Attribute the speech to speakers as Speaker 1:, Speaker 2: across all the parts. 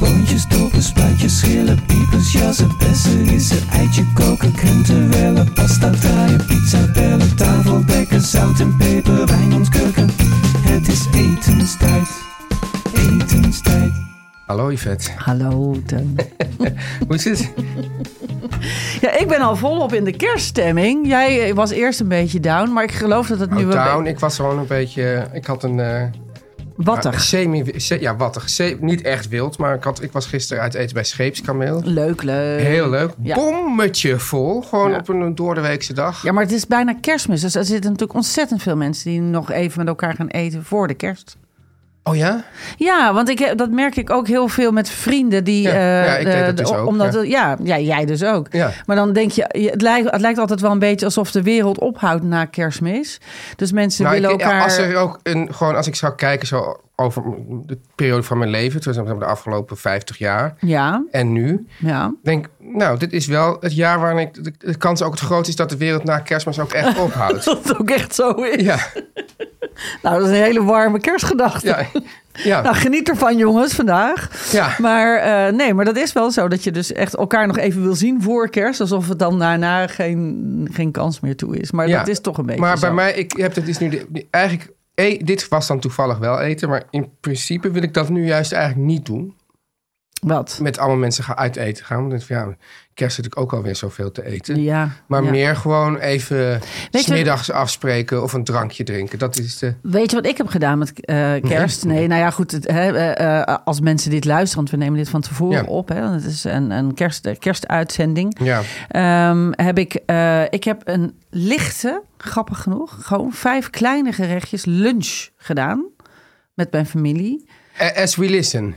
Speaker 1: Boontjes, dopen, spuitjes, schillen, piepers, jassen, bessen, rissen, eitje koken, krenten wellen, pasta draaien, pizza bellen, tafel dekken, zout en peper, wijn ontkurken. Het is etenstijd, etenstijd.
Speaker 2: Hallo Yvette,
Speaker 3: Hallo Teun.
Speaker 2: hoe is het?
Speaker 3: Ja, ik ben al volop in de kerststemming. Jij eh, was eerst een beetje down, maar ik geloof dat het nu
Speaker 2: Oh,
Speaker 3: wel...
Speaker 2: down. Ik was gewoon een beetje. Ik had een. eh, een
Speaker 3: Wattig.
Speaker 2: Semi. se- Ja, wattig. Se- niet echt wild, maar ik, had, ik was gisteren uit eten bij Scheepskameel.
Speaker 3: Leuk, leuk.
Speaker 2: Heel leuk.
Speaker 3: Ja.
Speaker 2: Bommetje vol. Gewoon
Speaker 3: Ja.
Speaker 2: op een doordeweekse dag.
Speaker 3: Ja, maar het is bijna kerstmis, dus er zitten natuurlijk ontzettend veel mensen... die nog even met elkaar gaan eten voor de kerst.
Speaker 2: Oh ja?
Speaker 3: Ja, want ik, heb- dat merk ik ook heel veel met vrienden die...
Speaker 2: Ja,
Speaker 3: eh,
Speaker 2: ja, ik deed dat
Speaker 3: de-
Speaker 2: dus ook,
Speaker 3: Omdat,
Speaker 2: ja.
Speaker 3: het- ja. Ja, jij dus ook.
Speaker 2: Ja.
Speaker 3: Maar dan denk je, je- het lijkt, het lijkt altijd wel een beetje alsof de wereld ophoudt na kerstmis. Dus mensen
Speaker 2: Nou, ik-
Speaker 3: willen elkaar...
Speaker 2: Als er ook een. Gewoon als ik zou kijken zo over de periode van mijn leven. Dus de afgelopen 50 jaar.
Speaker 3: Ja,
Speaker 2: En nu.
Speaker 3: ja.
Speaker 2: Denk, nou, dit is wel het jaar waarin ik. De, de kans ook het groot is dat de wereld na kerstmis ook echt ophoudt.
Speaker 3: Dat het ook echt zo is.
Speaker 2: ja,
Speaker 3: Nou, dat is een hele warme kerstgedachte.
Speaker 2: ja, ja.
Speaker 3: Nou, geniet ervan, jongens, vandaag.
Speaker 2: Ja.
Speaker 3: Maar eh, nee, maar dat is wel zo dat je dus echt elkaar nog even wil zien voor kerst. Alsof het dan daarna geen, geen kans meer toe is. Maar
Speaker 2: Ja,
Speaker 3: dat is toch een beetje.
Speaker 2: Maar bij
Speaker 3: zo.
Speaker 2: mij, ik heb dat is nu de- de- eigenlijk. e- dit was dan toevallig wel eten, maar in principe wil ik dat nu juist eigenlijk niet doen.
Speaker 3: Wat?
Speaker 2: Met allemaal mensen gaan uit eten gaan. Want dan denk ik van, ja, kerst zit ik ook alweer zoveel te eten.
Speaker 3: Ja.
Speaker 2: Maar
Speaker 3: ja.
Speaker 2: meer gewoon even
Speaker 3: je-
Speaker 2: smiddags afspreken of een drankje drinken. Dat is de.
Speaker 3: Weet je wat ik heb gedaan met eh, kerst? Nee, nou ja, goed. Het, hè, eh, eh, als mensen dit luisteren, want we nemen dit van tevoren
Speaker 2: Ja.
Speaker 3: op. Hè, want het is een, een kerst, eh, kerstuitzending.
Speaker 2: Ja.
Speaker 3: Ehm, heb ik, eh, ik heb een lichte, grappig genoeg, gewoon vijf kleine gerechtjes lunch gedaan met mijn familie.
Speaker 2: A- As we listen.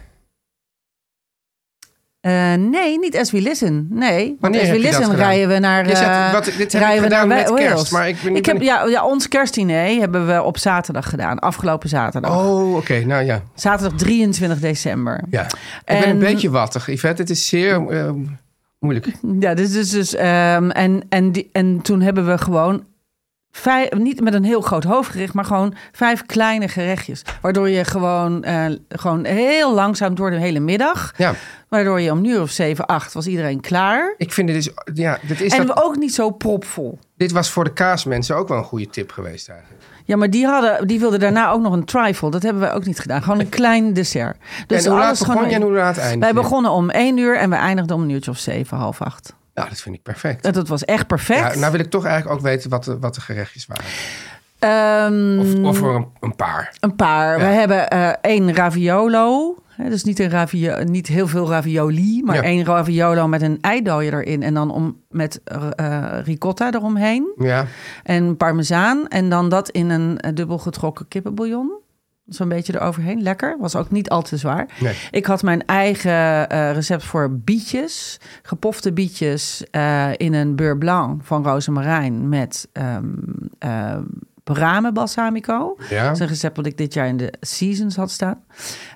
Speaker 3: Eh, nee, niet As We Listen. Nee, want
Speaker 2: Wanneer
Speaker 3: As
Speaker 2: heb
Speaker 3: We
Speaker 2: je dat
Speaker 3: Listen
Speaker 2: gedaan?
Speaker 3: rijden we naar...
Speaker 2: Je zegt,
Speaker 3: eh,
Speaker 2: wat- dit heb ik gedaan met
Speaker 3: Wales.
Speaker 2: kerst, maar ik ben- ik
Speaker 3: heb,
Speaker 2: ben-
Speaker 3: ja, ja, ons kerstdiner hebben we op zaterdag gedaan. Afgelopen zaterdag.
Speaker 2: Oh, oké. Nou ja.
Speaker 3: Zaterdag 23 december.
Speaker 2: ja. Ik ben
Speaker 3: En-
Speaker 2: een beetje wattig, Yvette. Het is zeer eh, moeilijk.
Speaker 3: Ja, dus, dus, dus ehm, en, en, die, en toen hebben we gewoon vijf, niet met een heel groot hoofdgerecht, maar gewoon vijf kleine gerechtjes. Waardoor je gewoon, eh, gewoon heel langzaam door de hele middag,
Speaker 2: Ja.
Speaker 3: waardoor je om een uur of zeven, acht was iedereen klaar.
Speaker 2: Ik vind dit is. Ja, dit, is
Speaker 3: en
Speaker 2: dat,
Speaker 3: we ook niet zo propvol.
Speaker 2: dit was voor de kaasmensen ook wel een goede tip geweest eigenlijk.
Speaker 3: Ja, maar die, hadden, die wilden daarna ook nog een trifle. Dat hebben we ook niet gedaan. Gewoon een klein dessert. Dus
Speaker 2: en hoe
Speaker 3: alles
Speaker 2: laat
Speaker 3: gewoon
Speaker 2: begon je en hoe laat eindigde
Speaker 3: Wij
Speaker 2: je?
Speaker 3: begonnen om één uur en we eindigden om een uurtje of zeven, half acht.
Speaker 2: Nou, dat vind ik perfect.
Speaker 3: En Dat was echt perfect.
Speaker 2: Ja, nou wil ik toch eigenlijk ook weten wat de, wat de gerechtjes waren.
Speaker 3: Ehm,
Speaker 2: Of, of voor een, een paar.
Speaker 3: Een paar. We hebben eh één raviolo. Hè, dus niet, een ravio niet heel veel ravioli, maar
Speaker 2: Ja.
Speaker 3: één raviolo met een eidooi erin. En dan om, met eh, ricotta eromheen.
Speaker 2: Ja,
Speaker 3: En parmezaan. En dan dat in een eh, dubbel getrokken kippenbouillon. Zo'n beetje eroverheen. Lekker. Was ook niet al te zwaar.
Speaker 2: Nee.
Speaker 3: Ik had mijn eigen eh, recept voor bietjes. Gepofte bietjes eh, in een beurre blanc van rozemarijn met ehm ehm, ramen balsamico.
Speaker 2: Ja.
Speaker 3: Dat is een recept wat ik dit jaar in de Seasons had staan.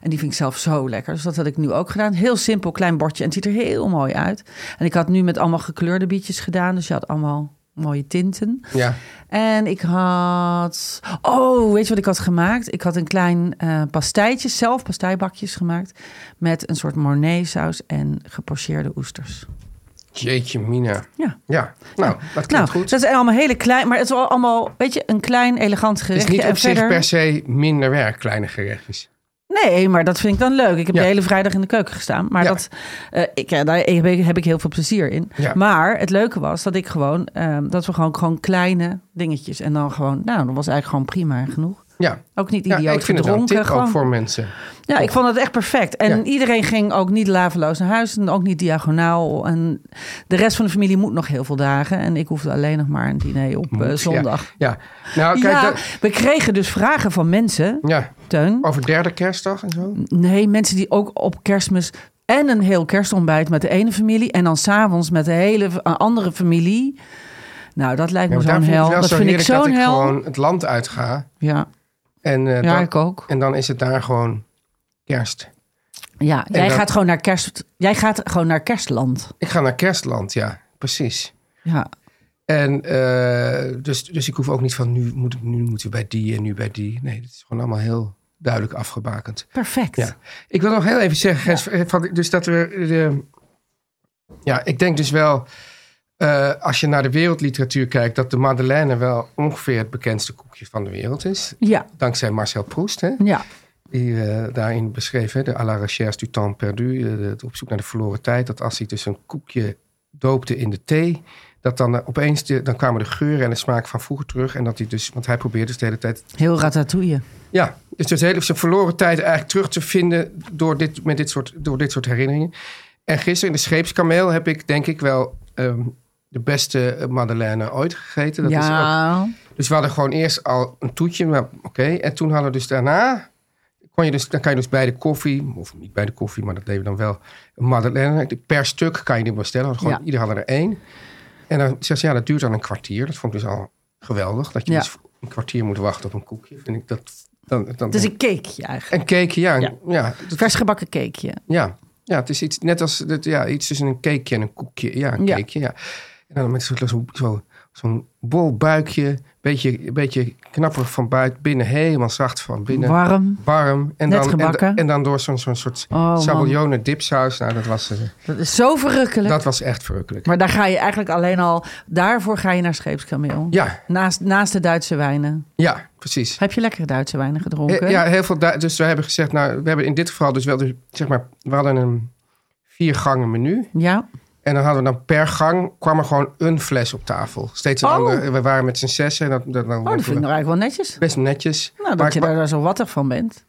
Speaker 3: En die vind ik zelf zo lekker. Dus dat had ik nu ook gedaan. Heel simpel, klein bordje. En het ziet er heel mooi uit. En ik had nu met allemaal gekleurde bietjes gedaan. Dus je had allemaal mooie tinten.
Speaker 2: ja.
Speaker 3: En ik had. Oh, weet je wat ik had gemaakt? Ik had een klein eh pastijtje, zelf pastijbakjes gemaakt. Met een soort Mornay saus en gepocheerde oesters.
Speaker 2: Jeetje, Mina.
Speaker 3: Ja.
Speaker 2: Ja, nou, dat klinkt
Speaker 3: Nou,
Speaker 2: goed.
Speaker 3: dat is allemaal hele klein, maar het is wel allemaal, weet je, een klein, elegant
Speaker 2: Het is
Speaker 3: gerechtje.
Speaker 2: niet op
Speaker 3: en
Speaker 2: zich
Speaker 3: verder...
Speaker 2: per se minder werk, kleine gerechtjes.
Speaker 3: Nee, maar dat vind ik dan leuk. Ik heb
Speaker 2: Ja.
Speaker 3: de hele vrijdag in de keuken gestaan. Maar
Speaker 2: Ja.
Speaker 3: dat, eh, ik, ja, daar heb ik, heb ik heel veel plezier in.
Speaker 2: Ja.
Speaker 3: Maar het leuke was dat ik gewoon, ehm, dat we gewoon, gewoon kleine dingetjes. En dan gewoon, nou, dat was eigenlijk gewoon prima en genoeg.
Speaker 2: Ja,
Speaker 3: Ook niet
Speaker 2: ja
Speaker 3: idioot
Speaker 2: ik vind het wel een
Speaker 3: verdronken.
Speaker 2: tip ook
Speaker 3: gewoon.
Speaker 2: voor mensen.
Speaker 3: Ja, ik vond het echt perfect. En
Speaker 2: Oh. Ja.
Speaker 3: iedereen ging ook niet laveloos naar huis en ook niet diagonaal. En de rest van de familie moet nog heel veel dagen. En ik hoefde alleen nog maar een diner op eh,
Speaker 2: Moet, ja.
Speaker 3: zondag.
Speaker 2: Ja, nou kijk,
Speaker 3: ja,
Speaker 2: dat-
Speaker 3: we kregen dus vragen van mensen,
Speaker 2: ja,
Speaker 3: Teun.
Speaker 2: over derde kerstdag en zo.
Speaker 3: Nee, mensen die ook op kerstmis en een heel kerstontbijt met de ene familie en dan s'avonds met de hele v- een andere familie. Nou, dat lijkt
Speaker 2: Ja,
Speaker 3: me
Speaker 2: maar
Speaker 3: zo'n
Speaker 2: daar vind ik
Speaker 3: hel.
Speaker 2: het wel
Speaker 3: Dat
Speaker 2: zo
Speaker 3: vind ik
Speaker 2: heerlijk dat
Speaker 3: zo'n
Speaker 2: ik
Speaker 3: hel.
Speaker 2: gewoon het land uitga.
Speaker 3: Ja,
Speaker 2: En, eh,
Speaker 3: ja
Speaker 2: dan,
Speaker 3: ik ook.
Speaker 2: en dan is het daar gewoon kerst.
Speaker 3: Ja, jij
Speaker 2: dan-
Speaker 3: gaat gewoon naar kerst. Jij gaat gewoon naar kerstland.
Speaker 2: Ik ga naar kerstland, ja, precies.
Speaker 3: Ja.
Speaker 2: En eh, dus, dus ik hoef ook niet van nu, moet, nu moeten we bij die en nu bij die. Nee, het is gewoon allemaal heel duidelijk afgebakend.
Speaker 3: Perfect.
Speaker 2: Ja. Ik wil nog heel even zeggen, Gens, eh, van, dus dat we. eh, de- ja, ik denk dus wel. eh, als je naar de wereldliteratuur kijkt, dat de Madeleine wel ongeveer het bekendste koekje van de wereld is.
Speaker 3: Ja.
Speaker 2: Dankzij Marcel Proust, hè,
Speaker 3: ja.
Speaker 2: die eh, daarin beschreef: hè, de à la recherche du temps perdu, eh, het op zoek naar de verloren tijd. Dat als hij dus een koekje doopte in de thee, dat dan eh, opeens de, dan kwamen de geuren en de smaak van vroeger terug. En dat hij dus, want hij probeerde dus de hele tijd
Speaker 3: Heel ratatouille.
Speaker 2: ja, dus het hele zijn verloren tijd eigenlijk terug te vinden door dit, met dit soort, door dit soort herinneringen. En gisteren in de Scheepskameel heb ik denk ik wel ehm, de beste eh, Madeleine ooit gegeten. Dat is ook-
Speaker 3: ja.
Speaker 2: dus we hadden gewoon eerst al een toetje, maar oké. En toen hadden we dus daarna, kon je dus, dan kan je dus bij de koffie, of niet bij de koffie, maar dat deden we dan wel, een Madeleine. Per stuk kan je die bestellen, want gewoon,
Speaker 3: Ja.
Speaker 2: ieder had er één. En dan zegt ze, ja, dat duurt dan een kwartier. Dat vond ik dus al geweldig, dat je
Speaker 3: Ja.
Speaker 2: dus een kwartier moet wachten op een koekje. Vind ik dat... Dan, dan,
Speaker 3: Het is een cakeje eigenlijk.
Speaker 2: en cake, ja. Ja.
Speaker 3: Dus Ja.
Speaker 2: Ja,
Speaker 3: Vers gebakken cakeje.
Speaker 2: ja. het is iets net als het, ja, iets tussen een cakeje en een koekje. Ja, een
Speaker 3: Ja.
Speaker 2: cakeje, ja. En dan met zo'n zo, zo, zo'n bol buikje, beetje, beetje knapper van buiten, binnen helemaal zacht van binnen.
Speaker 3: Warm.
Speaker 2: Warm. En
Speaker 3: Net
Speaker 2: dan, en,
Speaker 3: gebakken.
Speaker 2: dan- en dan door zo'n zo'n soort
Speaker 3: Oh, man.
Speaker 2: saboljone dipsaus. Nou, dat was, eh,
Speaker 3: Dat is zo verrukkelijk.
Speaker 2: dat was echt verrukkelijk.
Speaker 3: Maar daar ga je eigenlijk alleen al... Daarvoor ga je naar Scheepskameel.
Speaker 2: Ja,
Speaker 3: Naast, naast de Duitse wijnen.
Speaker 2: ja, precies.
Speaker 3: Heb je lekkere Duitse wijnen gedronken?
Speaker 2: Ja, heel veel. Du- Dus we hebben gezegd, nou, we hebben in dit geval dus wel, dus, zeg maar, we hadden een vier gangen menu.
Speaker 3: Ja. Oh,
Speaker 2: En dan hadden we dan per gang kwam er gewoon een fles op tafel. Steeds een
Speaker 3: Oh.
Speaker 2: andere. We waren met z'n zessen. en Dat, dat, dan
Speaker 3: Oh, dat vind ik nou eigenlijk wel netjes.
Speaker 2: best netjes.
Speaker 3: Nou,
Speaker 2: Maar
Speaker 3: dat je
Speaker 2: ik-
Speaker 3: daar daar zo wattig van bent.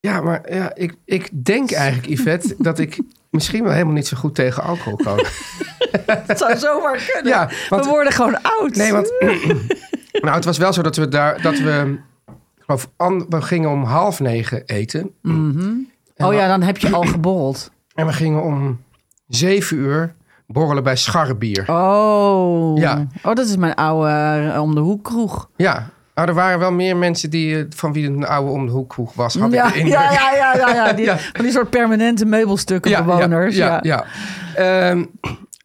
Speaker 2: Ja, maar ja, ik, ik denk eigenlijk, Yvette, dat ik misschien wel helemaal niet zo goed tegen alcohol kan.
Speaker 3: Dat zou zomaar kunnen.
Speaker 2: ja, want,
Speaker 3: We worden gewoon oud.
Speaker 2: nee, want nou, het was wel zo dat we daar, dat we, ik geloof, an- we gingen om half negen eten.
Speaker 3: oh ja, dan heb je al geborreld.
Speaker 2: En we gingen om zeven uur borrelen bij Scharrebier.
Speaker 3: Oh.
Speaker 2: Ja.
Speaker 3: Oh, dat is mijn oude eh, om de hoek kroeg.
Speaker 2: Ja, nou, er waren wel meer mensen die, eh, van wie het een oude om de hoek kroeg was, had
Speaker 3: ja,
Speaker 2: ik de indruk.
Speaker 3: ja, ja, ja, ja, ja. Die,
Speaker 2: Ja.
Speaker 3: Van die soort permanente meubelstukkenbewoners. Ja,
Speaker 2: Ja, ja, ja. Ehm,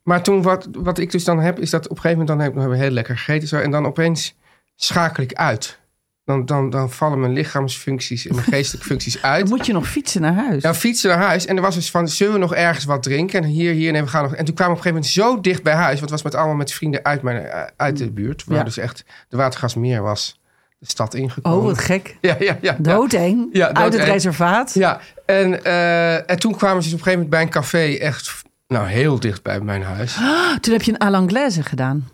Speaker 2: maar toen wat, wat ik dus dan heb, is dat op een gegeven moment dan heb- hebben we heel lekker gegeten. Zo, en dan opeens schakel ik uit. Dan, dan, dan vallen mijn lichaamsfuncties en mijn geestelijke functies
Speaker 3: Dan
Speaker 2: uit.
Speaker 3: moet je nog fietsen naar huis.
Speaker 2: Dan fietsen naar huis en er was dus van, zullen we nog ergens wat drinken? En hier, hier, nee, we gaan nog. En toen kwamen we op een gegeven moment zo dicht bij huis. Want het was met allemaal met vrienden uit, mijn, eh, uit de buurt. Waar
Speaker 3: Ja.
Speaker 2: dus echt de Watergasmeer was de stad ingekomen.
Speaker 3: oh, wat gek.
Speaker 2: Ja, ja, ja. ja.
Speaker 3: Doodeng.
Speaker 2: Ja,
Speaker 3: Uit het
Speaker 2: doodeng.
Speaker 3: reservaat.
Speaker 2: Ja, en, eh, en toen kwamen ze dus op een gegeven moment bij een café echt nou, heel dicht bij mijn huis.
Speaker 3: Ah, Toen heb je een à l'anglaise gedaan.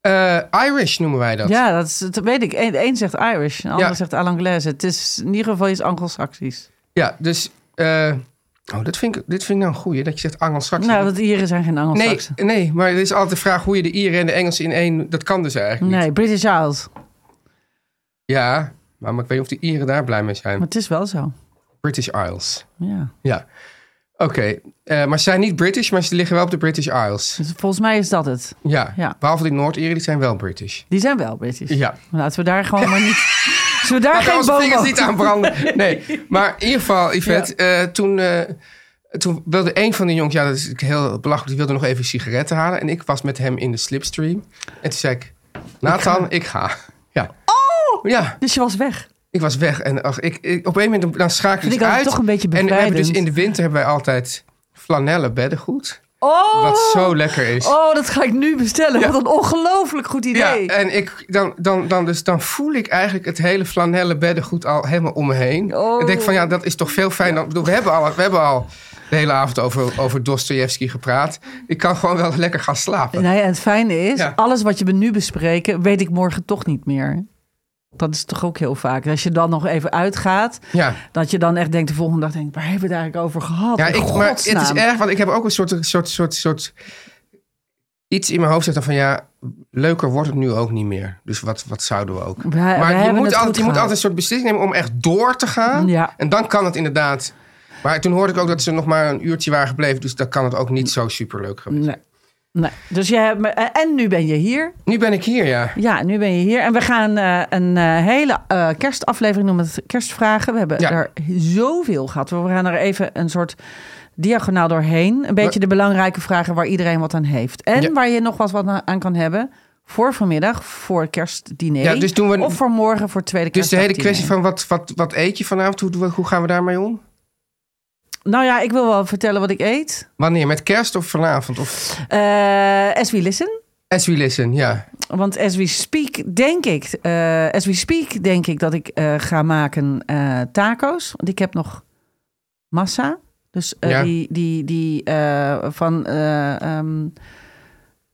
Speaker 2: Eh, Irish noemen wij dat.
Speaker 3: Ja, dat, is, dat weet ik. Eén één zegt Irish, de ander
Speaker 2: Ja.
Speaker 3: zegt à l'anglaise. Het is in ieder geval iets anglo-saxisch.
Speaker 2: Ja, dus... eh, oh, dat vind ik, dit vind ik nou een goeie, dat je zegt Anglo-Saxon.
Speaker 3: Nou, want Ieren zijn geen
Speaker 2: nee,
Speaker 3: anglo-saxen.
Speaker 2: nee, maar er is altijd de vraag hoe je de Ieren en de Engelsen in één... Dat kan dus eigenlijk
Speaker 3: Nee,
Speaker 2: niet.
Speaker 3: British Isles.
Speaker 2: Ja, maar, maar ik weet niet of de Ieren daar blij mee zijn.
Speaker 3: Maar het is wel zo.
Speaker 2: British Isles.
Speaker 3: Ja.
Speaker 2: Ja. Oké, eh, maar ze zijn niet British, maar ze liggen wel op de British Isles.
Speaker 3: Dus volgens mij is dat het.
Speaker 2: Ja,
Speaker 3: Ja.
Speaker 2: behalve die Noord-Ieren, die zijn wel British.
Speaker 3: Die zijn wel British.
Speaker 2: Ja.
Speaker 3: Laten we daar gewoon maar niet... Zullen we daar
Speaker 2: Laat
Speaker 3: geen
Speaker 2: onze
Speaker 3: boom
Speaker 2: vingers
Speaker 3: over-
Speaker 2: niet aan branden. Nee, maar in ieder geval, Yvette, eh, toen, eh, toen wilde een van de jongens, ja, dat is heel belachelijk, die wilde nog even sigaretten halen. En ik was met hem in de slipstream. En toen zei ik, Nathan, ik ga. Ja. Oh! Ja,
Speaker 3: Dus je was weg.
Speaker 2: ik was weg. En ach, ik, ik- op een moment dan schakel
Speaker 3: Vind
Speaker 2: ik
Speaker 3: ik altijd
Speaker 2: uit.
Speaker 3: toch een beetje
Speaker 2: En we hebben dus
Speaker 3: bevrijdend.
Speaker 2: in de winter hebben wij altijd flanellen beddengoed.
Speaker 3: Oh,
Speaker 2: Wat zo lekker is.
Speaker 3: Oh, dat ga ik nu bestellen. Wat een ongelooflijk goed
Speaker 2: Ja, eh,
Speaker 3: idee.
Speaker 2: en ik, dan, dan, dan, dus, dan voel ik eigenlijk het hele flanellen beddengoed al helemaal om me heen.
Speaker 3: Oh.
Speaker 2: En denk van ja, dat is toch veel fijner. dan- Ik bedoel, we, hebben al, we hebben al de hele avond over, over Dostoevsky gepraat. Ik kan gewoon wel lekker gaan slapen.
Speaker 3: Nou ja, en het fijne is,
Speaker 2: Ja.
Speaker 3: alles wat we nu bespreken, weet ik morgen toch niet meer. Dat is toch ook heel vaak. Als je dan nog even uitgaat,
Speaker 2: Ja.
Speaker 3: dat je dan echt denkt de volgende dag, denkt, waar hebben we het eigenlijk over gehad?
Speaker 2: Ja,
Speaker 3: In
Speaker 2: ik, maar het is
Speaker 3: godsnaam.
Speaker 2: erg, want ik heb ook een soort, soort, soort, soort iets in mijn hoofd zitten van ja, leuker wordt het nu ook niet meer. Dus wat, wat zouden we ook?
Speaker 3: We- we
Speaker 2: maar je
Speaker 3: hebben
Speaker 2: moet,
Speaker 3: het
Speaker 2: altijd,
Speaker 3: goed
Speaker 2: je moet
Speaker 3: gehad.
Speaker 2: altijd een soort beslissing nemen om echt door te gaan.
Speaker 3: Ja.
Speaker 2: En dan kan het inderdaad. Maar toen hoorde ik ook dat ze nog maar een uurtje waren gebleven, dus dan kan het ook niet zo superleuk geweest.
Speaker 3: Nee. Nee. Dus je hebt, me- en nu ben je hier.
Speaker 2: Nu ben ik hier, ja.
Speaker 3: Ja, nu ben je hier. En we gaan eh, een eh, hele eh, kerstaflevering noemen. Het kerstvragen. We hebben
Speaker 2: Ja.
Speaker 3: er zoveel gehad. We gaan er even een soort diagonaal doorheen. Een beetje de belangrijke vragen waar iedereen wat aan heeft. En
Speaker 2: Ja.
Speaker 3: waar je nog wat, wat na- aan kan hebben. Voor vanmiddag, voor het kerstdiner.
Speaker 2: Ja, dus doen we-
Speaker 3: Of voor morgen, voor het tweede
Speaker 2: Dus de hele kwestie
Speaker 3: kerstdiner.
Speaker 2: van wat, wat, wat eet je vanavond? Hoe, doen we- hoe gaan we daarmee om?
Speaker 3: Nou ja, ik wil wel vertellen wat ik eet.
Speaker 2: Wanneer? Met kerst of vanavond? Of
Speaker 3: Eh as we listen.
Speaker 2: as we listen, ja.
Speaker 3: Want as we speak, denk ik, eh, as we speak, denk ik dat ik eh, ga maken eh, taco's. Want ik heb nog massa. Dus eh,
Speaker 2: Ja.
Speaker 3: die, die, die eh, van eh, ehm,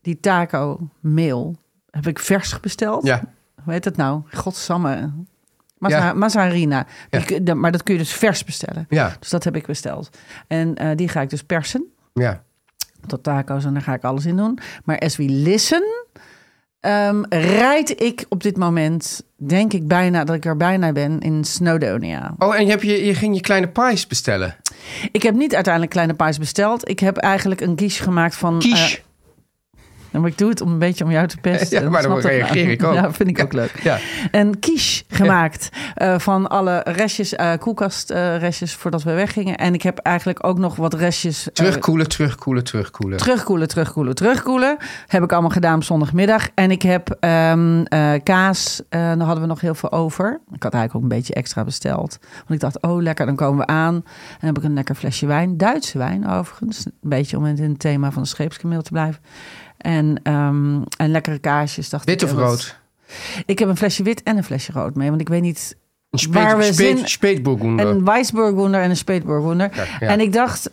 Speaker 3: die taco mail heb ik vers besteld.
Speaker 2: Ja.
Speaker 3: Hoe heet dat nou? Godsamme. Massa,
Speaker 2: Ja.
Speaker 3: Mazzarina. Die
Speaker 2: Ja.
Speaker 3: kun- de- maar dat kun je dus vers bestellen.
Speaker 2: Ja.
Speaker 3: Dus dat heb ik besteld. En eh, die ga ik dus persen
Speaker 2: Ja.
Speaker 3: tot taco's en daar ga ik alles in doen. Maar as we listen, ehm, rijd ik op dit moment, denk ik bijna dat ik er bijna ben in Snowdonia.
Speaker 2: Oh, en je, hebt je, je ging je kleine pies bestellen.
Speaker 3: Ik heb niet uiteindelijk kleine paars besteld. Ik heb eigenlijk een quiche gemaakt van.
Speaker 2: Quiche.
Speaker 3: eh, nou, maar ik doe het om een beetje om jou te pesten.
Speaker 2: Ja, maar
Speaker 3: Snap
Speaker 2: dan
Speaker 3: dat
Speaker 2: reageer
Speaker 3: nou.
Speaker 2: ik ook.
Speaker 3: Ja, vind ik ook leuk.
Speaker 2: Ja.
Speaker 3: Een quiche gemaakt eh, van alle restjes, eh koelkastrestjes voordat we weggingen. En ik heb eigenlijk ook nog wat restjes. eh,
Speaker 2: Terugkoelen, terugkoelen, terugkoelen.
Speaker 3: Terugkoelen, terugkoelen, terugkoelen. Heb ik allemaal gedaan op zondagmiddag. En ik heb ehm, eh, kaas, eh, daar hadden we nog heel veel over. Ik had eigenlijk ook een beetje extra besteld. Want ik dacht, oh lekker, dan komen we aan. En dan heb ik een lekker flesje wijn. Duitse wijn overigens. Een beetje om in het thema van de scheepskameel te blijven. En, ehm, en lekkere kaasjes. Dacht
Speaker 2: Wit
Speaker 3: ik,
Speaker 2: of
Speaker 3: eh, wat-
Speaker 2: rood?
Speaker 3: Ik heb een flesje wit en een flesje rood mee. Want ik weet niet
Speaker 2: Een
Speaker 3: waar we zin-
Speaker 2: speet,
Speaker 3: een Weissburgunder en een Speetburgunder.
Speaker 2: ja.
Speaker 3: En ik dacht,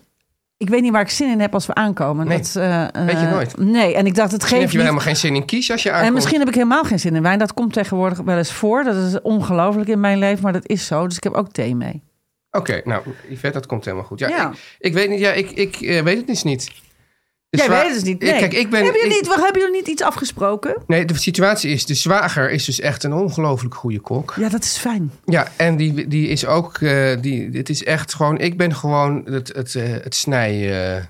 Speaker 3: ik weet niet waar ik zin in heb als we aankomen.
Speaker 2: Nee,
Speaker 3: dat, eh, eh,
Speaker 2: weet je nooit.
Speaker 3: Nee, en ik dacht,
Speaker 2: Misschien heb
Speaker 3: het geeft
Speaker 2: je wel
Speaker 3: niet.
Speaker 2: helemaal geen zin in kies als je aankomt.
Speaker 3: En misschien heb ik helemaal geen zin in wijn. Dat komt tegenwoordig wel eens voor. Dat is ongelooflijk in mijn leven, maar dat is zo. Dus ik heb ook thee mee.
Speaker 2: Oké, nou, Yvette, dat komt helemaal goed. Ja,
Speaker 3: Ja.
Speaker 2: Ik, ik weet niet, ja, ik, ik eh, weet het dus niet. Dus
Speaker 3: Jij
Speaker 2: zwa-
Speaker 3: weet het dus niet.
Speaker 2: Ik-
Speaker 3: Nee.
Speaker 2: Kijk, ik ben...
Speaker 3: hebben, jullie
Speaker 2: ik-
Speaker 3: niet, wa- hebben jullie niet iets afgesproken?
Speaker 2: Nee, de situatie is, de zwager is dus echt een ongelooflijk goede kok.
Speaker 3: Ja, dat is fijn.
Speaker 2: Ja, en die, die is ook, eh, die, het is echt gewoon, ik ben gewoon het, het, eh, het snij... eh,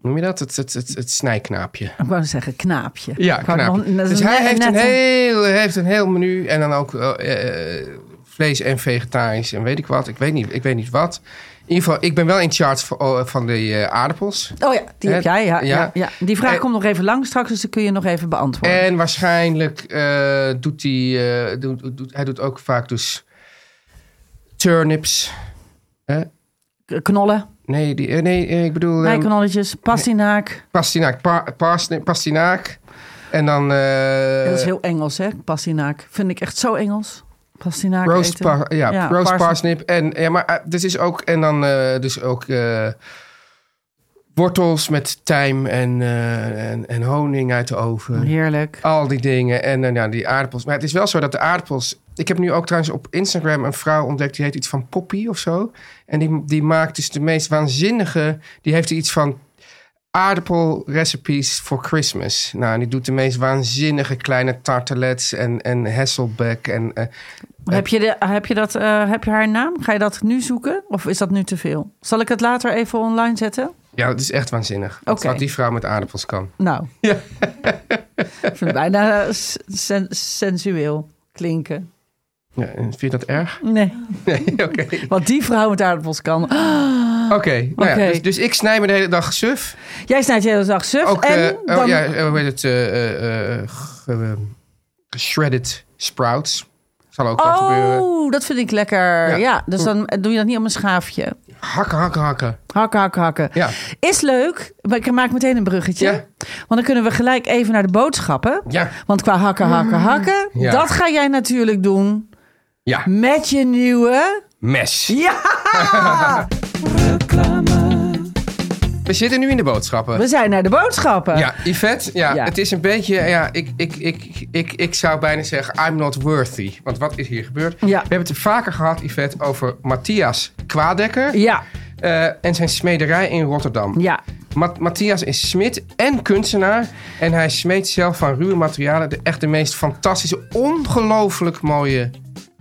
Speaker 2: noem je dat? Het, het, het, het snijknaapje.
Speaker 3: Ik wou zeggen, knaapje.
Speaker 2: Ja,
Speaker 3: Ik wou
Speaker 2: knaap.
Speaker 3: nog- dat is
Speaker 2: Dus hij
Speaker 3: net-
Speaker 2: heeft
Speaker 3: net
Speaker 2: een, heel, hij heeft een heel menu en dan ook eh, eh, vlees en vegetarisch en weet ik wat. Ik weet niet, ik weet niet wat. In ieder geval, ik ben wel in charge van, oh, van de eh, aardappels.
Speaker 3: Oh ja, die heb
Speaker 2: Hè?
Speaker 3: jij. Ja, ja.
Speaker 2: Ja.
Speaker 3: Ja, Die vraag
Speaker 2: Eh,
Speaker 3: komt nog even lang straks, dus die kun je nog even beantwoorden.
Speaker 2: En waarschijnlijk eh, doet hij, eh, doet, doet, hij doet ook vaak dus turnips. Hè?
Speaker 3: K- Knollen,
Speaker 2: Nee, die, eh, nee eh, ik bedoel ehm,
Speaker 3: bijknolletjes, pastinaak.
Speaker 2: pastinaak, pa, parsnip- pastinaak. En dan eh,
Speaker 3: dat is heel Engels, hè? Pastinaak. Vind ik echt zo Engels. Pastinaak
Speaker 2: Roast,
Speaker 3: eten.
Speaker 2: par- ja, roast
Speaker 3: parsnip.
Speaker 2: parsnip. En, ja, maar eh, dit is ook, en dan eh, dus ook eh, wortels met tijm en, eh, en, en honing uit de oven.
Speaker 3: Heerlijk.
Speaker 2: Al die dingen. En eh, ja, die aardappels. Maar het is wel zo dat de aardappels... Ik heb nu ook trouwens op Instagram een vrouw ontdekt. Die heet iets van Poppy of zo. En die, die maakt dus de meest waanzinnige... Die heeft iets van aardappelrecipes voor Christmas. Nou, en die doet de meest waanzinnige kleine tartelets en, en Hasselbeck. En, eh,
Speaker 3: Heb je, de, heb, je dat, eh, heb je haar naam? Ga je dat nu zoeken? Of is dat nu te veel? Zal ik het later even online zetten?
Speaker 2: Ja, het is echt waanzinnig. Wat,
Speaker 3: Oké.
Speaker 2: wat die vrouw met aardappels kan.
Speaker 3: Nou. Ja. ik vind het bijna eh, sen- sensueel klinken.
Speaker 2: Ja, en vind je dat erg?
Speaker 3: Nee.
Speaker 2: Nee, oké.
Speaker 3: Want die vrouw met aardappels kan.
Speaker 2: Oké, nou ja,
Speaker 3: Oké.
Speaker 2: dus, dus ik snij me de hele dag suf.
Speaker 3: Jij snijdt de hele dag suf.
Speaker 2: Ook,
Speaker 3: en
Speaker 2: eh,
Speaker 3: dan,
Speaker 2: oh, ja, eh, hoe heet het? eh, eh, eh, ge- eh, shredded sprouts. Zal ook wel gebeuren.
Speaker 3: Oh, dat vind ik lekker.
Speaker 2: Ja.
Speaker 3: Ja. dus dan eh, doe je dat niet op een schaafje.
Speaker 2: Hakken, hakken, hakken.
Speaker 3: Hakken, hakken, hakken.
Speaker 2: Ja.
Speaker 3: Is leuk, maar ik maak meteen een bruggetje.
Speaker 2: Ja.
Speaker 3: Want dan kunnen we gelijk even naar de boodschappen.
Speaker 2: Ja. Mm.
Speaker 3: Want qua hakken, hakken, hakken,
Speaker 2: Ja.
Speaker 3: dat ga jij natuurlijk doen
Speaker 2: Ja.
Speaker 3: met je nieuwe...
Speaker 2: Mes.
Speaker 3: Ja!
Speaker 2: We zitten nu in de boodschappen.
Speaker 3: We zijn naar de boodschappen.
Speaker 2: Ja, Yvette, ja,
Speaker 3: Ja.
Speaker 2: het is een beetje, ja, ik, ik, ik, ik, ik zou bijna zeggen, I'm not worthy. Want wat is hier gebeurd?
Speaker 3: Ja.
Speaker 2: We hebben het vaker gehad, Yvette, over Matthias Kwaadekker
Speaker 3: Ja,
Speaker 2: eh, en zijn smederij in Rotterdam.
Speaker 3: ja.
Speaker 2: Ma- Matthias is smid en kunstenaar. En hij smeet zelf van ruwe materialen de echt de meest fantastische, ongelooflijk mooie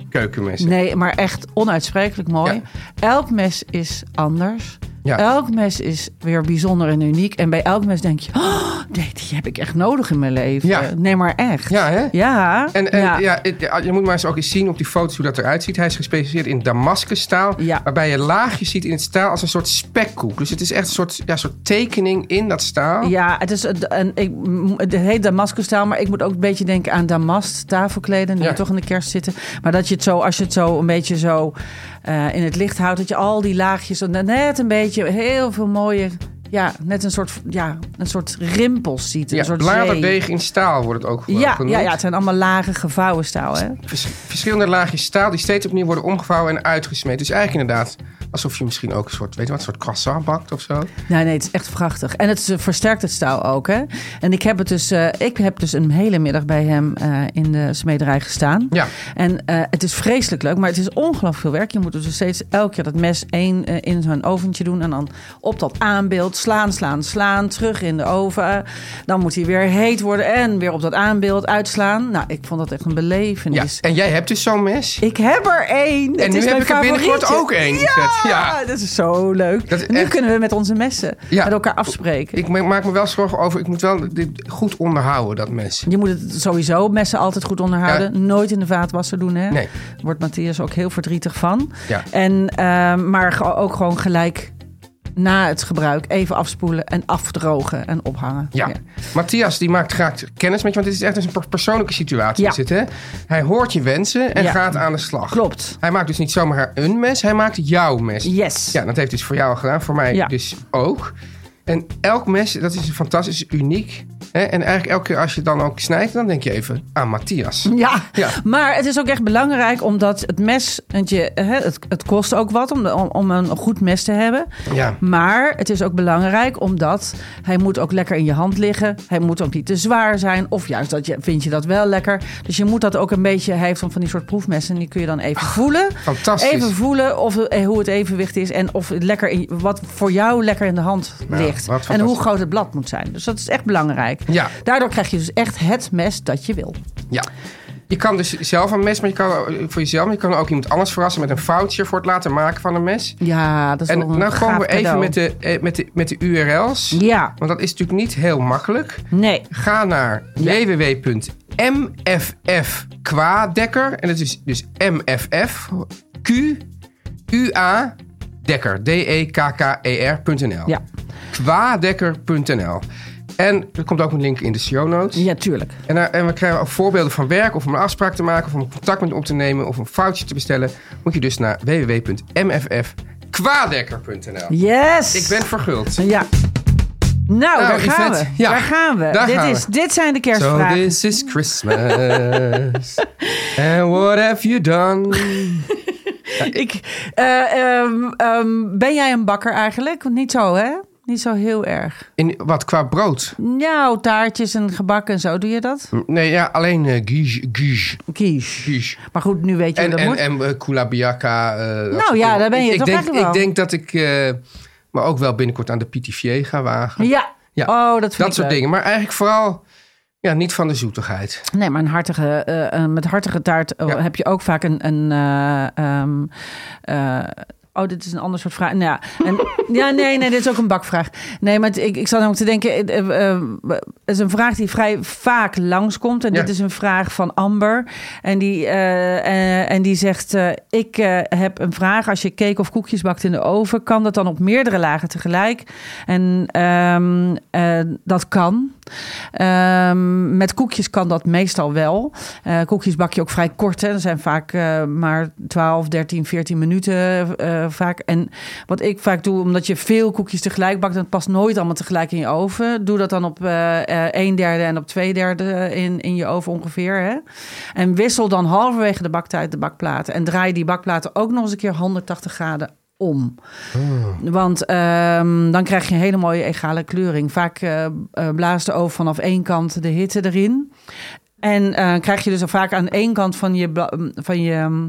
Speaker 2: keukenmessen.
Speaker 3: Nee, maar echt onuitsprekelijk mooi.
Speaker 2: Ja.
Speaker 3: Elk mes is anders.
Speaker 2: Ja.
Speaker 3: Elk mes is weer bijzonder en uniek. En bij elk mes denk je, oh, nee, die heb ik echt nodig in mijn leven.
Speaker 2: Ja.
Speaker 3: Nee, maar echt.
Speaker 2: Ja, hè?
Speaker 3: Ja.
Speaker 2: En, en ja.
Speaker 3: ja.
Speaker 2: het- ja, je moet maar eens ook eens zien op die foto's hoe dat eruit ziet. Hij is gespecialiseerd in Damascusstaal.
Speaker 3: Ja.
Speaker 2: Waarbij je laagjes ziet in het staal als een soort spekkoek. Dus het is echt een soort, ja, soort tekening in dat staal.
Speaker 3: Ja, het, is, het- en ik, m- het heet Damascus-staal, maar ik moet ook een beetje denken aan Damast, tafelkleden, die
Speaker 2: Ja.
Speaker 3: toch in de kerst zitten. Maar dat je het zo, als je het zo een beetje zo eh, in het licht houdt, dat je al die laagjes, zo net een beetje, heel veel mooie, ja, net een soort, ja, een soort rimpels ziet. Een
Speaker 2: Ja,
Speaker 3: soort zee.
Speaker 2: bladerdeeg in staal wordt het ook gewoon
Speaker 3: Ja,
Speaker 2: genoemd.
Speaker 3: ja, ja, het zijn allemaal lage gevouwen staal, hè?
Speaker 2: Vers- verschillende laagjes staal die steeds opnieuw worden omgevouwen en uitgesmeed. Dus eigenlijk inderdaad alsof je misschien ook een soort, weet je wat, een soort croissant bakt of zo.
Speaker 3: Nee, nee, het is echt prachtig. En het is, eh, versterkt het staal ook, hè? En ik heb, het dus, eh, ik heb dus een hele middag bij hem eh, in de smederij gestaan.
Speaker 2: Ja.
Speaker 3: En eh, het is vreselijk leuk, maar het is ongelooflijk veel werk. Je moet dus steeds elke keer dat mes één eh, in zo'n oventje doen. En dan op dat aanbeeld slaan, slaan, slaan. Terug in de oven. Dan moet hij weer heet worden en weer op dat aanbeeld uitslaan. Nou, ik vond dat echt een
Speaker 2: Ja.
Speaker 3: belevenis.
Speaker 2: En jij hebt dus zo'n mes.
Speaker 3: Ik heb er één.
Speaker 2: En
Speaker 3: het
Speaker 2: nu
Speaker 3: is
Speaker 2: heb
Speaker 3: mijn
Speaker 2: ik er binnenkort
Speaker 3: favorietje.
Speaker 2: ook één,
Speaker 3: Ja,
Speaker 2: Yvette. Ja.
Speaker 3: dat is zo leuk.
Speaker 2: Dat is
Speaker 3: nu
Speaker 2: echt-
Speaker 3: kunnen we met onze messen
Speaker 2: Ja.
Speaker 3: met elkaar afspreken.
Speaker 2: Ik ma- maak me wel zorgen over, ik moet wel dit goed onderhouden, dat mes.
Speaker 3: Je moet het sowieso messen altijd goed onderhouden.
Speaker 2: Ja.
Speaker 3: Nooit in de vaatwasser doen. Hè?
Speaker 2: Nee.
Speaker 3: Wordt Matthias ook heel verdrietig van.
Speaker 2: Ja.
Speaker 3: En, ehm, maar ge- ook gewoon gelijk na het gebruik even afspoelen en afdrogen en ophangen.
Speaker 2: Ja. Matthias die maakt graag kennis met je, want dit is echt dus een per- persoonlijke situatie.
Speaker 3: Ja.
Speaker 2: Is het, hè? Hij hoort je wensen en
Speaker 3: Ja.
Speaker 2: gaat aan de slag.
Speaker 3: Klopt.
Speaker 2: Hij maakt dus niet zomaar een mes, hij maakt jouw mes.
Speaker 3: Yes.
Speaker 2: Ja, dat heeft dus voor jou al gedaan, voor mij
Speaker 3: Ja.
Speaker 2: dus ook. En elk mes, dat is fantastisch, uniek. Hè? En eigenlijk elke keer als je dan ook snijdt, dan denk je even aan Matthias.
Speaker 3: Ja.
Speaker 2: Ja.
Speaker 3: maar het is ook echt belangrijk omdat het mes, want je, hè, het, het kost ook wat om, de- om, om een goed mes te hebben.
Speaker 2: Ja.
Speaker 3: Maar het is ook belangrijk omdat hij moet ook lekker in je hand liggen. Hij moet ook niet te zwaar zijn. Of juist dat je, vind je dat wel lekker. Dus je moet dat ook een beetje, hij heeft dan van die soort proefmessen. Die kun je dan even voelen.
Speaker 2: fantastisch.
Speaker 3: Even voelen of, eh, hoe het evenwicht is en of het lekker in, wat voor jou lekker in de hand
Speaker 2: Nou,
Speaker 3: ligt.
Speaker 2: wat
Speaker 3: En hoe
Speaker 2: fantastisch.
Speaker 3: groot het blad moet zijn. Dus dat is echt belangrijk.
Speaker 2: Ja.
Speaker 3: Daardoor krijg je dus echt het mes dat je wil.
Speaker 2: Ja. Je kan dus zelf een mes, maar je kan eh, voor jezelf, maar je kan ook iemand anders verrassen met een foutje voor het laten maken van een mes.
Speaker 3: Ja, dat is
Speaker 2: En
Speaker 3: wel een
Speaker 2: nou komen
Speaker 3: gaaf
Speaker 2: we even
Speaker 3: cadeau.
Speaker 2: met de, eh, met, de, met de URL's.
Speaker 3: Ja,
Speaker 2: Want dat is natuurlijk niet heel makkelijk.
Speaker 3: nee.
Speaker 2: Ga naar www.mffkwaadekker. E En dat is dus mff q u a dekker. d e k k e r.nl.
Speaker 3: Ja.
Speaker 2: E Kwaadekker.nl. En er komt ook een link in de show notes.
Speaker 3: Ja, tuurlijk.
Speaker 2: En, daar- en we krijgen ook voorbeelden van werk, of om een afspraak te maken, of om contact met hem op te nemen, of een foutje te bestellen. Moet je dus naar E www.mffkwaadekker.nl.
Speaker 3: Yes!
Speaker 2: Ik ben verguld.
Speaker 3: Ja. Nou, daar gaan
Speaker 2: Yvette,
Speaker 3: we.
Speaker 2: ja.
Speaker 3: Daar gaan we.
Speaker 2: Daar
Speaker 3: dit,
Speaker 2: gaan
Speaker 3: is,
Speaker 2: we.
Speaker 3: dit zijn de
Speaker 2: So
Speaker 3: kerstvragen.
Speaker 2: this is Christmas. And what have you done?
Speaker 3: Ik, eh, ehm, ehm, ben jij een bakker eigenlijk? Want Niet zo, hè? Niet zo heel erg.
Speaker 2: In, wat, qua brood?
Speaker 3: Nou, taartjes en gebak en zo, doe je dat?
Speaker 2: Nee, ja, alleen eh guige, guige,
Speaker 3: Kies.
Speaker 2: guige.
Speaker 3: Maar goed, nu weet je
Speaker 2: En,
Speaker 3: hoe dat
Speaker 2: en,
Speaker 3: moet.
Speaker 2: en eh, koulabiaka. eh, dat
Speaker 3: Nou
Speaker 2: soort
Speaker 3: ja,
Speaker 2: dingen.
Speaker 3: daar ben
Speaker 2: ik,
Speaker 3: je toch
Speaker 2: ik denk,
Speaker 3: eigenlijk wel.
Speaker 2: Ik denk dat ik eh, me ook wel binnenkort aan de PTVA ga wagen.
Speaker 3: ja.
Speaker 2: Ja,
Speaker 3: Oh, dat vind
Speaker 2: dat
Speaker 3: ik
Speaker 2: soort
Speaker 3: leuk.
Speaker 2: dingen. Maar eigenlijk vooral ja, niet van de zoetigheid.
Speaker 3: Nee, maar een hartige, eh, een- met hartige taart eh,
Speaker 2: Ja.
Speaker 3: heb je ook vaak een. een eh, ehm, eh, Oh, dit is een ander soort vraag. Nou ja, en, ja nee, nee, dit is ook een bakvraag. Nee, maar het- ik, ik zat namelijk te denken... eh, eh, eh, Het is een vraag die vrij vaak langskomt. En
Speaker 2: Ja.
Speaker 3: dit is een vraag van Amber. En die, eh, eh, en die zegt... eh, ik eh, heb een vraag. Als je cake of koekjes bakt in de oven... kan dat dan op meerdere lagen tegelijk? En ehm, eh, dat kan. Ehm, met koekjes kan dat meestal wel. Eh, koekjes bak je ook vrij kort. Hè. Dat zijn vaak eh, maar 12, 13, 14 minuten eh, vaak. En wat ik vaak doe, omdat je veel koekjes tegelijk bakt... dan past nooit allemaal tegelijk in je oven. Doe dat dan op eh eh, een derde en op twee derde in, in je oven ongeveer. Hè. En wissel dan halverwege de baktijd de bakplaten. En draai die bakplaten ook nog eens een keer 180 graden om. Want ehm, dan krijg je een hele mooie egale kleuring. Vaak eh, eh, blaast de oven vanaf één kant de hitte erin. En eh, krijg je dus vaak aan één kant van je, bla- van je ehm,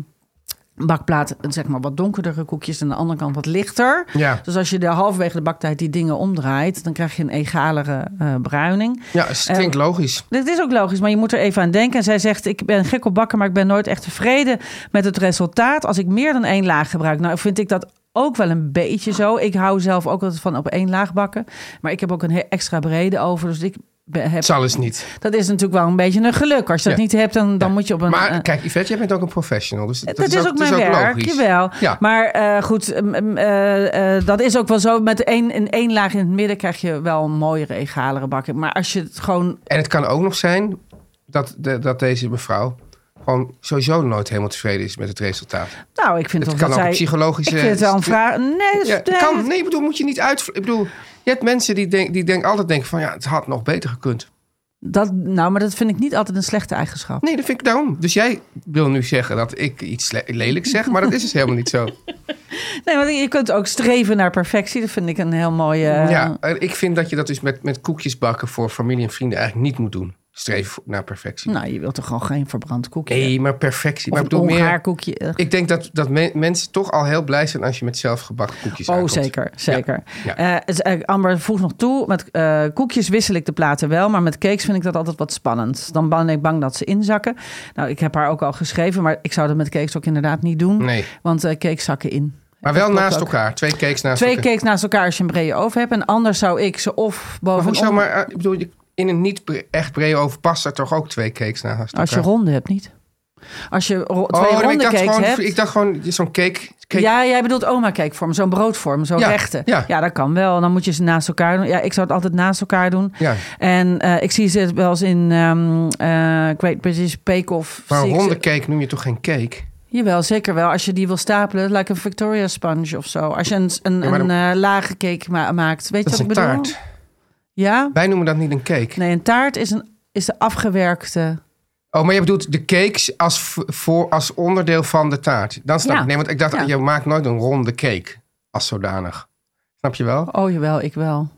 Speaker 3: bakplaat zeg maar, wat donkerdere koekjes... en aan de andere kant wat lichter.
Speaker 2: Ja.
Speaker 3: Dus als je de halverwege de baktijd die dingen omdraait... dan krijg je een egalere eh, bruining.
Speaker 2: Ja, het klinkt logisch.
Speaker 3: Dit is ook logisch, maar je moet er even aan denken. En zij zegt, ik ben gek op bakken, maar ik ben nooit echt tevreden met het resultaat als ik meer dan één laag gebruik. Nou, vind ik dat ook wel een beetje zo. Ik hou zelf ook altijd van op één laag bakken. Maar ik heb ook een he- extra brede over, dus ik be- heb...
Speaker 2: Het zal eens niet.
Speaker 3: Dat is natuurlijk wel een beetje een geluk. Als je dat
Speaker 2: Ja.
Speaker 3: niet hebt, dan, dan moet je op een... eh,
Speaker 2: Maar kijk, Yvette, jij bent ook een professional. Dus dat,
Speaker 3: dat, is, ook
Speaker 2: dat
Speaker 3: mijn werk,
Speaker 2: logisch.
Speaker 3: jawel.
Speaker 2: Ja.
Speaker 3: Maar eh, goed, em, em, eh, eh, dat is ook wel zo. Met één, in één laag in het midden krijg je wel een mooiere, egalere bakken. Maar als je het gewoon
Speaker 2: En het kan ook nog zijn dat, de- dat deze mevrouw gewoon sowieso nooit helemaal tevreden is met het resultaat.
Speaker 3: Nou, ik vind
Speaker 2: Het
Speaker 3: toch
Speaker 2: kan
Speaker 3: dat
Speaker 2: ook
Speaker 3: zij...
Speaker 2: een psychologische-
Speaker 3: Ik vind het wel een vraag... Nee, dat is-
Speaker 2: Ja,
Speaker 3: nee,
Speaker 2: kan,
Speaker 3: dat-
Speaker 2: nee, ik bedoel, moet je niet uit... Ik bedoel, je hebt mensen die, denk, die denk, altijd denken van... ja, het had nog beter gekund.
Speaker 3: dat, nou, maar dat vind ik niet altijd een slechte eigenschap.
Speaker 2: Nee, dat vind ik daarom. Dus jij wil nu zeggen dat ik iets le- lelijks zeg... maar dat is dus helemaal niet zo.
Speaker 3: Nee, want je kunt ook streven naar perfectie. Dat vind ik een heel mooie...
Speaker 2: Ja, en ik vind dat je dat dus met, met koekjes bakken... voor familie en vrienden eigenlijk niet moet doen. Streven naar perfectie.
Speaker 3: Nou, je wilt toch gewoon geen verbrand koekje?
Speaker 2: Nee, maar perfectie.
Speaker 3: of
Speaker 2: maar ik
Speaker 3: een
Speaker 2: bedoel meer...
Speaker 3: ongaarkoekje. koekje.
Speaker 2: Ik denk dat, dat me- mensen toch al heel blij zijn... als je met zelfgebakken koekjes
Speaker 3: Oh,
Speaker 2: aankomt.
Speaker 3: zeker, zeker.
Speaker 2: Ja.
Speaker 3: Eh, het is eigenlijk- Amber voegt nog toe, met eh, koekjes wissel ik de platen wel, maar met cakes vind ik dat altijd wat spannend. Dan ben ik bang dat ze inzakken. Nou, ik heb haar ook al geschreven, maar ik zou dat met cakes ook inderdaad niet doen.
Speaker 2: Nee.
Speaker 3: Want eh, cakes zakken in.
Speaker 2: Maar wel
Speaker 3: Dat klopt
Speaker 2: naast
Speaker 3: ook.
Speaker 2: elkaar. Twee cakes naast
Speaker 3: Twee
Speaker 2: elkaar.
Speaker 3: cakes naast elkaar als je een brede oven hebt. En anders zou ik ze of
Speaker 2: Maar
Speaker 3: boven
Speaker 2: hoezo? Maar eh, ik bedoel, je- in een niet bre- echt brede oven past er toch ook twee cakes naast elkaar? Oh,
Speaker 3: Als je ronde hebt, niet. Als je ro- twee
Speaker 2: nee,
Speaker 3: ronde
Speaker 2: ik dacht
Speaker 3: cakes
Speaker 2: gewoon,
Speaker 3: hebt.
Speaker 2: Ik dacht gewoon, zo'n cake... cake
Speaker 3: Ja, jij bedoelt oma cakevorm, zo'n broodvorm, zo'n
Speaker 2: Ja,
Speaker 3: rechte.
Speaker 2: ja.
Speaker 3: dat kan wel. Dan moet je ze naast elkaar doen. Ja, ik zou het altijd naast elkaar doen.
Speaker 2: Ja.
Speaker 3: En eh, ik zie ze wel eens in ehm, eh, Great British Bake Off.
Speaker 2: maar
Speaker 3: zie
Speaker 2: een
Speaker 3: ik ze-
Speaker 2: ronde cake noem je toch geen cake?
Speaker 3: Jawel, zeker wel. Als je die wil stapelen, like een Victoria sponge of zo. Als je een, een,
Speaker 2: Ja, maar
Speaker 3: een
Speaker 2: dan-
Speaker 3: eh, lage cake ma- maakt. Weet
Speaker 2: Dat
Speaker 3: je
Speaker 2: is
Speaker 3: wat
Speaker 2: een
Speaker 3: ik bedoel?
Speaker 2: taart.
Speaker 3: Ja?
Speaker 2: Wij noemen dat niet een cake.
Speaker 3: Nee, een taart is, een, is de afgewerkte...
Speaker 2: Oh, maar je bedoelt de cakes als, v- voor, als onderdeel van de taart. Dan snap
Speaker 3: Ja.
Speaker 2: ik. Nee, want ik dacht,
Speaker 3: Ja.
Speaker 2: je maakt nooit een ronde cake als zodanig. Snap je wel?
Speaker 3: Oh, jawel, ik wel.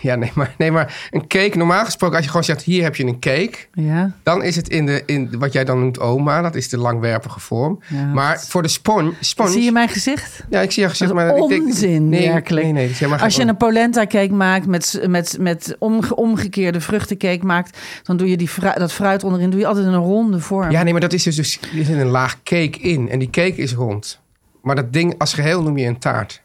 Speaker 2: Ja, nee maar, nee, maar een cake, normaal gesproken, als je gewoon zegt, hier heb je een cake.
Speaker 3: Ja.
Speaker 2: Dan is het in, de, in wat jij dan noemt oma, dat is de langwerpige vorm.
Speaker 3: Ja.
Speaker 2: maar voor de spon, sponge...
Speaker 3: Zie je mijn gezicht?
Speaker 2: Ja, ik zie je gezicht,
Speaker 3: Dat is
Speaker 2: maar ik denk-
Speaker 3: onzin,
Speaker 2: nee,
Speaker 3: werkelijk.
Speaker 2: Nee, nee, dat is helemaal
Speaker 3: Als je
Speaker 2: geen-
Speaker 3: een polenta cake maakt met, met, met omge- omgekeerde vruchtencake maakt, dan doe je die fru- dat fruit onderin doe je altijd in een ronde vorm.
Speaker 2: Ja, nee, maar dat is dus, dus er zit een laag cake in en die cake is rond. Maar dat ding als geheel noem je een taart.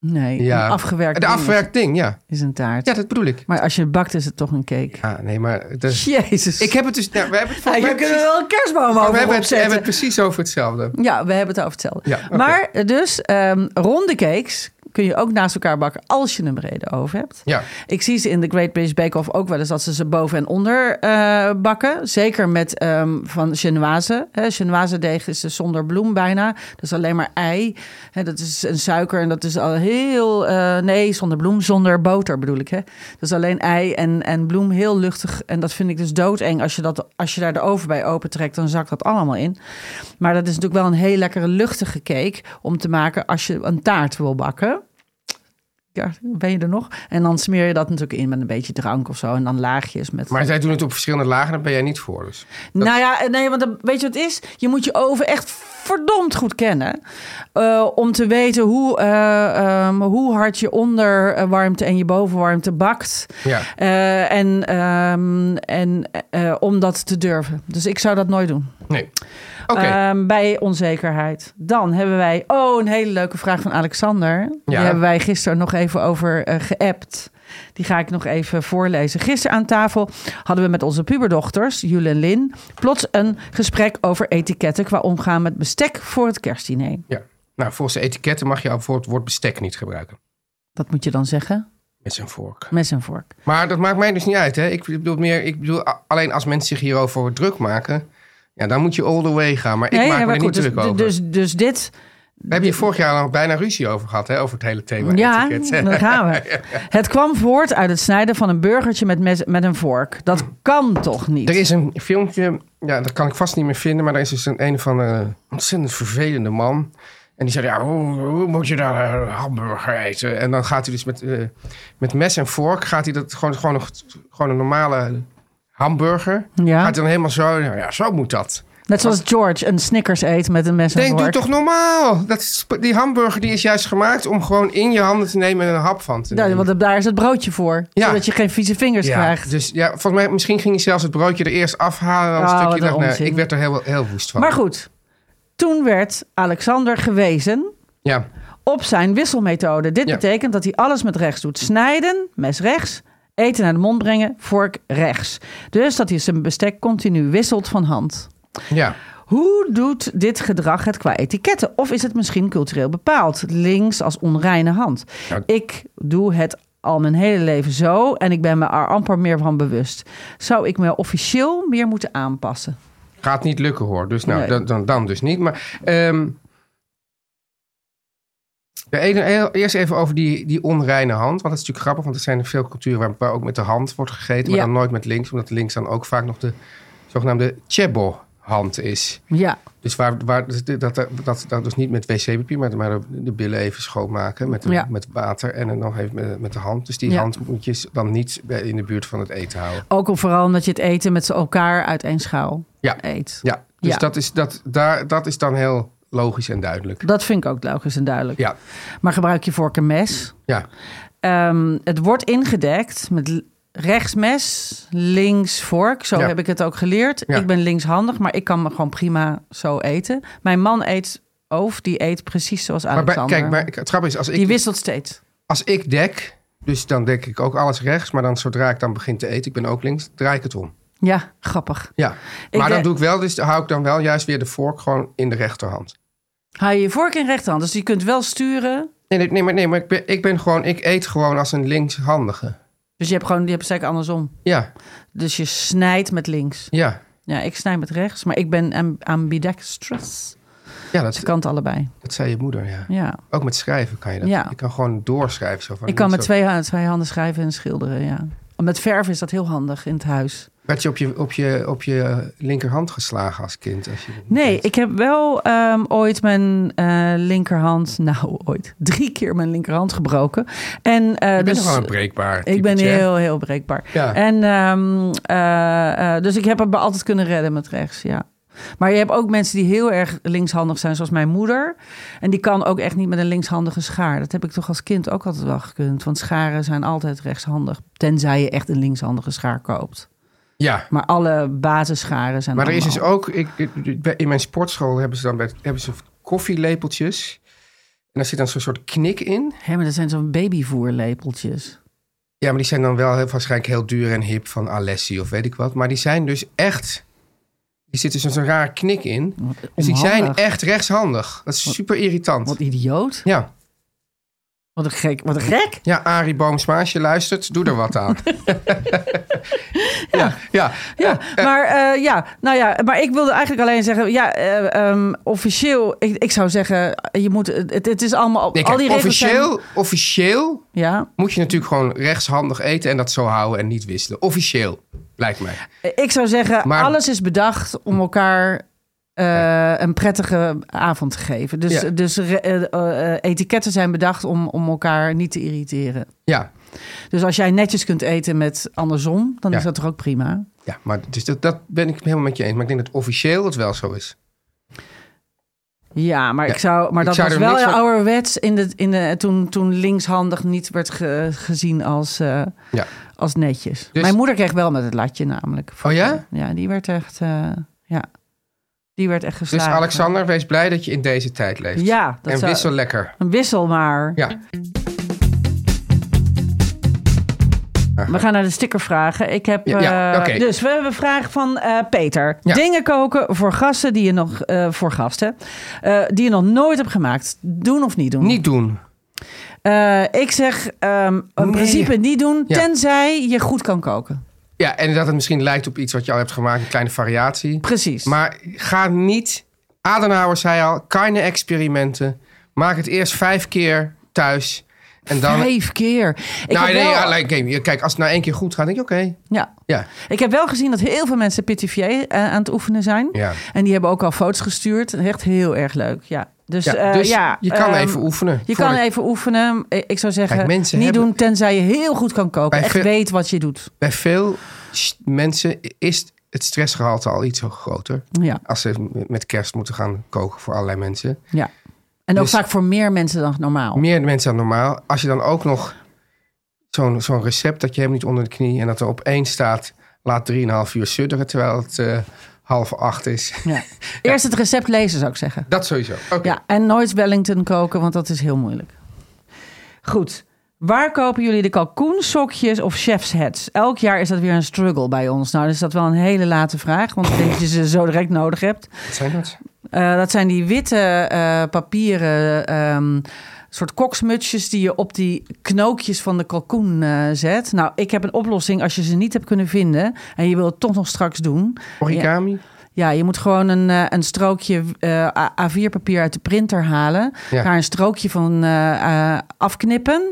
Speaker 3: nee,
Speaker 2: Ja.
Speaker 3: een afgewerkt
Speaker 2: De
Speaker 3: ding
Speaker 2: afgewerkt ding, ja.
Speaker 3: is een taart.
Speaker 2: Ja, dat bedoel ik.
Speaker 3: Maar als je het bakt is het toch een cake.
Speaker 2: Ah, nee, maar dat is-
Speaker 3: Jezus.
Speaker 2: ik heb het dus. Nou, we hebben het,
Speaker 3: Ja,
Speaker 2: volgens
Speaker 3: je
Speaker 2: mij
Speaker 3: kunt er
Speaker 2: precies,
Speaker 3: wel een kerstboom
Speaker 2: we
Speaker 3: over
Speaker 2: hebben het, we hebben
Speaker 3: opzetten.
Speaker 2: het precies over hetzelfde.
Speaker 3: Ja, we hebben het over hetzelfde.
Speaker 2: Ja, oké.
Speaker 3: Maar eh, dus ehm, ronde cakes kun je ook naast elkaar bakken als je een brede oven hebt.
Speaker 2: Ja.
Speaker 3: Ik zie ze in de Great British Bake Off ook wel eens dat ze ze boven en onder eh, bakken. Zeker met ehm, van Genoise. Hè, Genoise deeg is dus zonder bloem bijna. Dus alleen maar ei. Hè, dat is een suiker en dat is al heel... eh, nee, zonder bloem, zonder boter bedoel ik. Hè. Dus alleen ei en, en bloem heel luchtig. En dat vind ik dus doodeng. Als je, dat, als je daar de oven bij opentrekt, dan zakt dat allemaal in. Maar dat is natuurlijk wel een heel lekkere luchtige cake om te maken als je een taart wil bakken. Ja, ben je er nog? En dan smeer je dat natuurlijk in met een beetje drank of zo. En dan laagjes met...
Speaker 2: Maar zij doen het op verschillende lagen, daar ben jij niet voor. Dus.
Speaker 3: Nou ja, nee, want dan- weet je wat het is? Je moet je oven echt verdomd goed kennen. eh, om te weten hoe, eh, ehm, hoe hard je onderwarmte en je bovenwarmte bakt.
Speaker 2: Ja.
Speaker 3: Eh, en ehm, en eh, om dat te durven. Dus ik zou dat nooit doen.
Speaker 2: Nee. Oké.
Speaker 3: Ehm, bij onzekerheid. Dan hebben wij. Oh, een hele leuke vraag van Alexander. Die
Speaker 2: Ja.
Speaker 3: hebben wij gisteren nog even over eh, geappt. Die ga ik nog even voorlezen. Gisteren aan tafel hadden we met onze puberdochters, Jul en Lin, plots een gesprek over etiketten qua omgaan met bestek voor het kerstdiner.
Speaker 2: ja. Nou, volgens de etiketten mag je voor het woord bestek niet gebruiken.
Speaker 3: Dat moet je dan zeggen.
Speaker 2: Met zijn vork.
Speaker 3: Mes en vork.
Speaker 2: Maar dat maakt mij dus niet uit. Hè? Ik bedoel meer, ik bedoel a- alleen als mensen zich hierover druk maken. Ja, dan moet je all the way gaan. Maar ik maak
Speaker 3: ja,
Speaker 2: me er niet
Speaker 3: dus,
Speaker 2: druk over.
Speaker 3: dus, dus dit...
Speaker 2: We hebben hier vorig jaar al bijna ruzie over gehad, hè? Over het hele thema
Speaker 3: Ja,
Speaker 2: etiket.
Speaker 3: dan gaan we. Het kwam voort uit het snijden van een burgertje met, mes, met een vork. Dat kan toch niet?
Speaker 2: Er is een filmpje, ja, dat kan ik vast niet meer vinden, maar er is dus een, een van de ontzettend vervelende man. En die zei, ja, hoe, hoe moet je dan een hamburger eten? En dan gaat hij dus met, eh, met mes en vork, gaat hij dat gewoon, gewoon, nog, gewoon een normale hamburger.
Speaker 3: Ja.
Speaker 2: Gaat hij dan helemaal zo, nou ja, zo moet dat.
Speaker 3: Net zoals George een Snickers eet met een mes en
Speaker 2: Denk, doe
Speaker 3: vork.
Speaker 2: toch normaal. Dat is- die hamburger die is juist gemaakt om gewoon in je handen te nemen en een hap van te
Speaker 3: Ja,
Speaker 2: nemen.
Speaker 3: want daar is het broodje voor.
Speaker 2: Ja.
Speaker 3: Zodat je geen vieze vingers
Speaker 2: Ja,
Speaker 3: krijgt.
Speaker 2: dus ja, volgens mij, misschien ging hij zelfs het broodje er eerst afhalen. Dan
Speaker 3: Oh,
Speaker 2: een
Speaker 3: wat
Speaker 2: stukje
Speaker 3: een
Speaker 2: dacht, nee,
Speaker 3: onzin.
Speaker 2: ik werd er heel, heel woest van.
Speaker 3: Maar goed, toen werd Alexander gewezen
Speaker 2: Ja.
Speaker 3: op zijn wisselmethode. Dit
Speaker 2: Ja.
Speaker 3: betekent dat hij alles met rechts doet. Snijden, mes rechts. Eten naar de mond brengen, vork rechts. Dus dat hij zijn bestek continu wisselt van hand.
Speaker 2: Ja.
Speaker 3: Hoe doet dit gedrag het qua etiketten? Of is het misschien cultureel bepaald? Links als onreine hand.
Speaker 2: Ja.
Speaker 3: Ik doe het al mijn hele leven zo en ik ben me er amper meer van bewust. Zou ik me officieel meer moeten aanpassen?
Speaker 2: Gaat niet lukken hoor. Dus nou,
Speaker 3: Nee.
Speaker 2: dan, dan, dan dus niet. Maar ehm, ja, e- e- eerst even over die, die onreine hand. Want dat is natuurlijk grappig. Want er zijn veel culturen waar, waar ook met de hand wordt gegeten. Maar
Speaker 3: Ja.
Speaker 2: dan nooit met links. Omdat links dan ook vaak nog de zogenaamde chebo hand is.
Speaker 3: Ja,
Speaker 2: Dus waar, waar, dus dat, dat, dat, dat dus niet met wc-papier, maar, maar de, de billen even schoonmaken met, de-
Speaker 3: Ja.
Speaker 2: met water en dan nog even met, met de hand. Dus die
Speaker 3: Ja.
Speaker 2: hand moet je dan niet bij- in de buurt van het eten houden.
Speaker 3: ook al vooral omdat je het eten met z'n elkaar uit één schaal
Speaker 2: Ja.
Speaker 3: eet.
Speaker 2: Ja, dus
Speaker 3: Ja.
Speaker 2: Dat, is, dat, daar, dat is dan heel logisch en duidelijk.
Speaker 3: Dat vind ik ook logisch en duidelijk.
Speaker 2: Ja,
Speaker 3: Maar gebruik je vork en mes?
Speaker 2: ja.
Speaker 3: Ehm, het wordt ingedekt met l- rechts mes, links vork. Zo
Speaker 2: Ja.
Speaker 3: heb ik het ook geleerd.
Speaker 2: Ja.
Speaker 3: Ik ben linkshandig, maar ik kan me gewoon prima zo eten. Mijn man eet of die eet precies zoals
Speaker 2: Maar bij-
Speaker 3: Alexander.
Speaker 2: kijk, maar ik- het grappige is, als
Speaker 3: die
Speaker 2: ik,
Speaker 3: wisselt steeds.
Speaker 2: als ik dek, dus dan dek ik ook alles rechts. Maar dan zodra ik dan begin te eten, ik ben ook links, draai ik het om.
Speaker 3: Ja, grappig.
Speaker 2: Ja,
Speaker 3: Ik
Speaker 2: maar dan
Speaker 3: dek-
Speaker 2: doe ik wel, dus hou ik dan wel juist weer de vork gewoon in de rechterhand.
Speaker 3: Hou je je vork in rechterhand, dus je kunt wel sturen.
Speaker 2: Nee, nee, nee, maar, nee, maar ik, ben, ik ben gewoon, ik eet gewoon als een linkshandige.
Speaker 3: Dus je hebt gewoon, je hebt het eigenlijk andersom.
Speaker 2: Ja,
Speaker 3: Dus je snijdt met links.
Speaker 2: ja.
Speaker 3: Ja, ik snij met rechts, maar ik ben amb- ambidextrous.
Speaker 2: Ja,
Speaker 3: Dus ik
Speaker 2: dat,
Speaker 3: kan het allebei.
Speaker 2: dat zei je moeder, ja.
Speaker 3: Ja.
Speaker 2: Ook met schrijven kan je dat.
Speaker 3: Ja.
Speaker 2: Ik kan gewoon doorschrijven. Zo van,
Speaker 3: Ik kan
Speaker 2: niet
Speaker 3: met
Speaker 2: zo-
Speaker 3: twee, ha- twee handen schrijven en schilderen, ja. Met verf is dat heel handig in het huis.
Speaker 2: Werd je op je, op, je, op je linkerhand geslagen als kind? Als je dat niet
Speaker 3: Nee,
Speaker 2: deed?
Speaker 3: ik heb wel ehm, ooit mijn eh, linkerhand, nou ooit, drie keer mijn linkerhand gebroken. En, eh,
Speaker 2: Je bent
Speaker 3: dus,
Speaker 2: gewoon een breekbaar
Speaker 3: ik ben
Speaker 2: typetje, hè?
Speaker 3: heel, heel breekbaar.
Speaker 2: Ja.
Speaker 3: En, ehm, eh, eh, dus ik heb het me altijd kunnen redden met rechts, ja. Maar je hebt ook mensen die heel erg linkshandig zijn, zoals mijn moeder. En die kan ook echt niet met een linkshandige schaar. Dat heb ik toch als kind ook altijd wel gekund. Want scharen zijn altijd rechtshandig. Tenzij je echt een linkshandige schaar koopt.
Speaker 2: Ja,
Speaker 3: Maar alle basisscharen zijn
Speaker 2: Maar er is dus
Speaker 3: allemaal-
Speaker 2: ook, ik, ik- bij- in mijn sportschool hebben ze dan bij, hebben ze koffielepeltjes. En daar zit dan zo'n soort knik in.
Speaker 3: Hé, maar dat zijn zo'n babyvoerlepeltjes.
Speaker 2: Ja, maar die zijn dan wel heel, waarschijnlijk heel duur en hip van Alessi of weet ik wat. Maar die zijn dus echt, die zit dus zo'n raar knik in. Dus die zijn
Speaker 3: Onhandig.
Speaker 2: echt rechtshandig. Dat is super irritant.
Speaker 3: Wat idioot.
Speaker 2: Ja.
Speaker 3: Wat een gek. Wat een gek.
Speaker 2: ja, Arie Boomsma, als je luistert, doe er wat aan. ja, ja,
Speaker 3: Ja, maar, eh, ja, nou ja, maar ik wilde eigenlijk alleen zeggen... Ja, eh, ehm, officieel... Ik, ik zou zeggen, je moet... Het, het is allemaal...
Speaker 2: Nee,
Speaker 3: al
Speaker 2: kijk,
Speaker 3: die regels
Speaker 2: officieel,
Speaker 3: Zijn,
Speaker 2: officieel
Speaker 3: ja,
Speaker 2: moet je natuurlijk gewoon rechtshandig eten en dat zo houden en niet wisselen. Officieel, lijkt mij.
Speaker 3: ik zou zeggen,
Speaker 2: Maar-
Speaker 3: alles is bedacht om elkaar... eh, een prettige avond te geven. Dus,
Speaker 2: Ja.
Speaker 3: dus re- eh, eh, eh, etiketten zijn bedacht om, om elkaar niet te irriteren.
Speaker 2: Ja,
Speaker 3: Dus als jij netjes kunt eten met andersom, dan
Speaker 2: Ja.
Speaker 3: is dat toch ook prima.
Speaker 2: ja maar dus dat, dat ben ik helemaal met je eens. Maar ik denk dat officieel het wel zo is.
Speaker 3: Ja, maar,
Speaker 2: Ja,
Speaker 3: ik zou, maar
Speaker 2: ik
Speaker 3: dat
Speaker 2: zou
Speaker 3: was
Speaker 2: er
Speaker 3: wel
Speaker 2: niks van-
Speaker 3: ouderwets in de, in de, toen, toen linkshandig niet werd ge- gezien als, eh,
Speaker 2: Ja.
Speaker 3: als netjes.
Speaker 2: Dus-
Speaker 3: Mijn moeder kreeg wel met het latje namelijk.
Speaker 2: Oh ja?
Speaker 3: Ja, die werd echt, eh, ja. Die werd echt
Speaker 2: Dus
Speaker 3: geslagen.
Speaker 2: Alexander, wees blij dat je in deze tijd leeft.
Speaker 3: Ja, dat
Speaker 2: en
Speaker 3: zou-
Speaker 2: wissel lekker.
Speaker 3: Een wissel maar.
Speaker 2: Ja.
Speaker 3: We gaan naar de stickervragen. Ik heb.
Speaker 2: Ja, ja,
Speaker 3: eh,
Speaker 2: oké.
Speaker 3: Dus we hebben een vraag van eh, Peter.
Speaker 2: Ja.
Speaker 3: Dingen koken voor gasten die je nog. eh, voor gasten. eh, die je nog nooit hebt gemaakt. Doen of niet doen?
Speaker 2: Niet doen.
Speaker 3: Eh, ik zeg ehm in
Speaker 2: Nee.
Speaker 3: principe niet doen,
Speaker 2: Ja.
Speaker 3: tenzij je goed kan koken.
Speaker 2: Ja, en dat het misschien lijkt op iets wat je al hebt gemaakt, een kleine variatie.
Speaker 3: Precies.
Speaker 2: Maar ga niet. Adenauer zei al: keine experimenten. Maak het eerst vijf keer thuis. En dan.
Speaker 3: Vijf keer. Ik
Speaker 2: nou,
Speaker 3: heb
Speaker 2: nee,
Speaker 3: wel-
Speaker 2: ja, like, kijk, kijk, als het nou één keer goed gaat, denk je: oké.
Speaker 3: ja.
Speaker 2: Ja.
Speaker 3: Ik heb wel gezien dat heel veel mensen Pittivier eh, aan het oefenen zijn.
Speaker 2: Ja.
Speaker 3: En die hebben ook al foto's gestuurd. Echt heel erg leuk. Ja. Dus,
Speaker 2: Ja,
Speaker 3: eh,
Speaker 2: dus
Speaker 3: ja,
Speaker 2: je kan
Speaker 3: ehm,
Speaker 2: even oefenen.
Speaker 3: Je
Speaker 2: Voordat-
Speaker 3: kan even oefenen. Ik ik zou zeggen,
Speaker 2: Kijk,
Speaker 3: niet
Speaker 2: mensen hebben-
Speaker 3: doen tenzij je heel goed kan koken.
Speaker 2: Bij
Speaker 3: Echt
Speaker 2: veel-
Speaker 3: weet wat je doet.
Speaker 2: Bij veel s- mensen is het stressgehalte al iets groter.
Speaker 3: Ja,
Speaker 2: Als ze met kerst moeten gaan koken voor allerlei mensen.
Speaker 3: ja. En ook
Speaker 2: Dus-
Speaker 3: vaak voor meer mensen dan normaal.
Speaker 2: Meer mensen dan normaal. Als je dan ook nog zo'n zo'n recept dat je helemaal niet onder de knie... en dat er op één staat, laat 3,5 uur sudderen terwijl het eh, half acht is.
Speaker 3: Ja. Eerst het recept lezen, zou ik zeggen.
Speaker 2: Dat sowieso. Oké.
Speaker 3: Ja, en nooit Wellington koken, want dat is heel moeilijk. Goed. Waar kopen jullie de kalkoensokjes of chef's hats? Elk jaar is dat weer een struggle bij ons. Nou, is dat wel een hele late vraag, want ik denk dat je ze zo direct nodig hebt.
Speaker 2: Wat zijn dat?
Speaker 3: Eh, dat zijn die witte eh, papieren ehm, soort koksmutsjes die je op die knoopjes van de kalkoen eh, zet. Nou, ik heb een oplossing als je ze niet hebt kunnen vinden en je wil het toch nog straks doen.
Speaker 2: Origami?
Speaker 3: Ja, je moet gewoon een, eh, een strookje eh, A- A4-papier uit de printer halen.
Speaker 2: Ja.
Speaker 3: Daar een strookje van eh, eh, afknippen.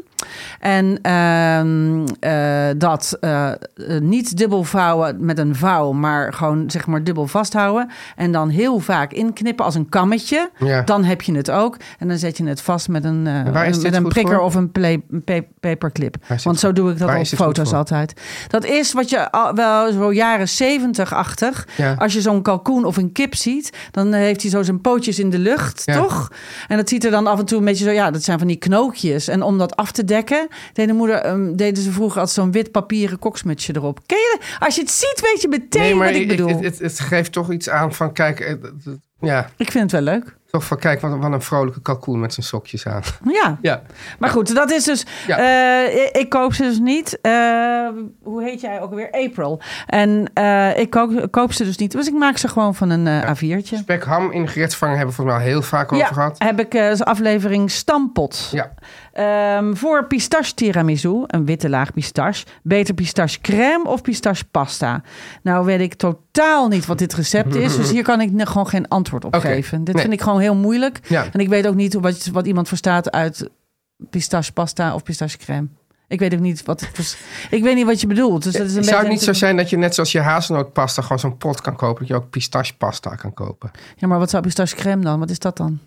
Speaker 3: En ehm, eh, dat eh, eh, niet dubbel vouwen met een vouw, maar gewoon zeg maar dubbel vasthouden. En dan heel vaak inknippen als een kammetje.
Speaker 2: Ja.
Speaker 3: Dan heb je het ook. En dan zet je het vast met een, eh,
Speaker 2: waar is dit
Speaker 3: met een
Speaker 2: goed
Speaker 3: prikker
Speaker 2: voor?
Speaker 3: of een, play- een pa- paperclip.
Speaker 2: Waar is dit
Speaker 3: Want zo
Speaker 2: goed-
Speaker 3: doe ik dat
Speaker 2: waar
Speaker 3: op
Speaker 2: is dit goed
Speaker 3: foto's
Speaker 2: voor?
Speaker 3: altijd. Dat is wat je al, wel zo jaren 70-achtig.
Speaker 2: Ja.
Speaker 3: Als je zo'n kalkoen of een kip ziet, dan eh, heeft hij zo zijn pootjes in de lucht,
Speaker 2: Ja.
Speaker 3: toch? En dat ziet er dan af en toe een beetje zo, ja, dat zijn van die knookjes. En om dat af te dekken, deed de moeder, ehm, deden ze vroeger als zo'n wit papieren koksmutsje erop. Ken je dat? Als je het ziet, weet je meteen wat ik bedoel.
Speaker 2: het, het, het geeft toch iets aan van kijk... eh, d- d- Ja,
Speaker 3: ik vind het wel leuk.
Speaker 2: toch van kijk, wat, een- wat een vrolijke kalkoen met zijn sokjes aan.
Speaker 3: Ja,
Speaker 2: Ja.
Speaker 3: maar goed, dat is dus.
Speaker 2: Ja.
Speaker 3: eh, ik- ik koop ze dus niet. Eh, hoe heet jij ook weer? April. En eh, ik koop, koop ze dus niet. Dus ik maak ze gewoon van een eh, A4'tje.
Speaker 2: Spek ham in gerechtsvanger hebben we volgens mij al heel vaak over
Speaker 3: Ja,
Speaker 2: gehad.
Speaker 3: heb ik eh, als aflevering Stampot.
Speaker 2: Ja,
Speaker 3: Ehm, voor pistache tiramisu, een witte laag pistache. Beter pistache crème of pistache pasta? Nou weet ik totaal niet wat dit recept is. Dus hier kan ik ne- gewoon geen antwoord op
Speaker 2: Oké.
Speaker 3: geven. Dit
Speaker 2: Nee.
Speaker 3: vind ik gewoon heel moeilijk.
Speaker 2: Ja.
Speaker 3: En ik weet ook niet wat, wat iemand verstaat uit pistache pasta of pistache crème. Ik weet ook niet wat het vers- Ik weet niet wat je bedoelt. Dus dat is een
Speaker 2: zou het niet
Speaker 3: beetje
Speaker 2: zo
Speaker 3: natuurlijk-
Speaker 2: zijn dat je net zoals je hazelnootpasta gewoon zo'n pot kan kopen, dat je ook pistachepasta kan kopen?
Speaker 3: Ja, maar wat zou pistache crème dan? Wat is dat dan?